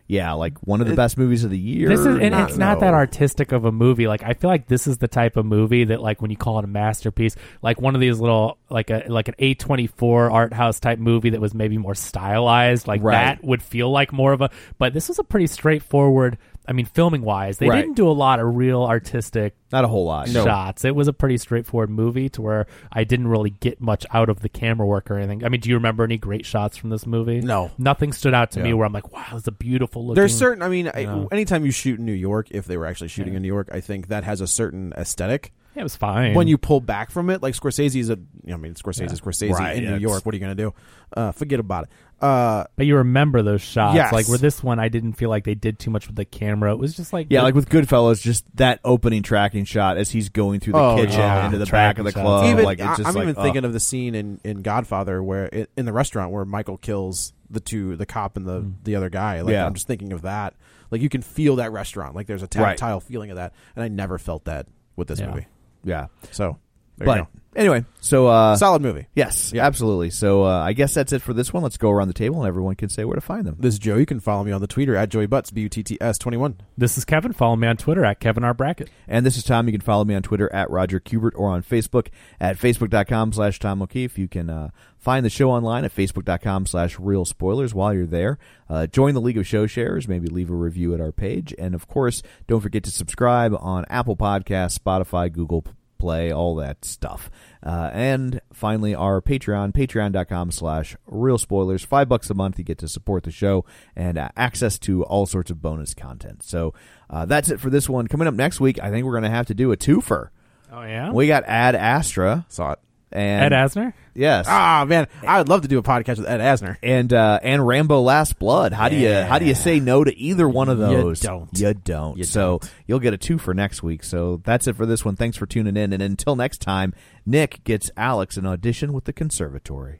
Speaker 5: yeah, like one of the best movies of the year.
Speaker 7: This is and
Speaker 5: I
Speaker 7: it's
Speaker 5: don't
Speaker 7: not
Speaker 5: know.
Speaker 7: that artistic of a movie. Like I feel like this is the type of movie that like when you call it a masterpiece, like one of these little like a like an A twenty four art house type movie that was maybe more stylized, like
Speaker 5: Right.
Speaker 7: that would feel like more of a but this was a pretty straightforward I mean filming wise. They
Speaker 5: Right.
Speaker 7: didn't do a lot of real artistic
Speaker 5: Not a whole lot.
Speaker 7: shots. It was a pretty straightforward movie to where I didn't really get much out of the camera work or anything. I mean, do you remember any great shots from this movie?
Speaker 6: No.
Speaker 7: Nothing stood out to me where I'm like, wow, it's a beautiful looking
Speaker 6: There's certain. I mean, I,
Speaker 7: Yeah.
Speaker 6: anytime you shoot in New York, if they were actually shooting in New York, I think that has a certain aesthetic.
Speaker 7: Yeah, it was fine.
Speaker 6: When you pull back from it, like Scorsese is a. I mean, Scorsese is Scorsese
Speaker 5: Right,
Speaker 6: in
Speaker 5: yeah,
Speaker 6: New
Speaker 5: it's-
Speaker 6: York. What are you gonna do? Uh, forget about it. Uh,
Speaker 7: But you remember those shots.
Speaker 6: Yes.
Speaker 7: Like where this one I didn't feel like they did too much with the camera. It was just like
Speaker 5: Yeah, like with Goodfellas, just that opening tracking shot as he's going through the
Speaker 6: Oh,
Speaker 5: kitchen
Speaker 7: yeah.
Speaker 5: into the back
Speaker 7: Tracking
Speaker 5: of the
Speaker 7: shots.
Speaker 5: club.
Speaker 6: even
Speaker 5: like it's
Speaker 6: I,
Speaker 5: just
Speaker 6: am
Speaker 5: like,
Speaker 6: even
Speaker 5: oh.
Speaker 6: thinking of the scene in, in Godfather where i in the restaurant where Michael kills the two, the cop and the the other guy. Like
Speaker 5: Hmm. Yeah.
Speaker 6: I'm just thinking of that. Like you can feel that restaurant. Like there's a
Speaker 5: Right.
Speaker 6: tactile feeling of that, and I never felt that with this
Speaker 7: Yeah.
Speaker 6: movie.
Speaker 5: yeah.
Speaker 6: So, there you
Speaker 5: But anyway, so uh,
Speaker 6: go. solid movie.
Speaker 5: yes,
Speaker 6: Yeah.
Speaker 5: absolutely. So uh, I guess that's it for this one. Let's go around the table and everyone can say where to find them.
Speaker 6: This is Joe. You can follow me on the Twitter at Joey Butts B U T T S twenty one.
Speaker 7: this is Kevin. Follow me on Twitter at Kevin R Brackett.
Speaker 5: And this is Tom. You can follow me on Twitter at Roger Kubert or on Facebook at Facebook.com slash Tom O'Keefe. You can uh, find the show online at Facebook.com slash Real Spoilers while you're there. Uh, join the League of Show Sharers. Maybe leave a review at our page. And, of course, don't forget to subscribe on Apple Podcasts, Spotify, Google Play, all that stuff. Uh, and finally, our Patreon, patreon.com slash real spoilers. Five bucks a month, you get to support the show and uh, access to all sorts of bonus content. So uh, that's it for this one. Coming up next week, I think we're going to have to do a twofer.
Speaker 7: Oh yeah.
Speaker 5: We got Ad Astra.
Speaker 6: Saw it.
Speaker 5: And,
Speaker 7: Ed Asner?
Speaker 5: Yes.
Speaker 6: Ah man, I would love to do a podcast with Ed Asner.
Speaker 5: And uh, and Rambo Last Blood. How do you how do you say no to either one of those?
Speaker 6: don't.
Speaker 5: You don't.
Speaker 6: You
Speaker 5: so you'll get a two for next week. So that's it for this one. Thanks for tuning in. And until next time, Nick gets Alex an audition with the conservatory.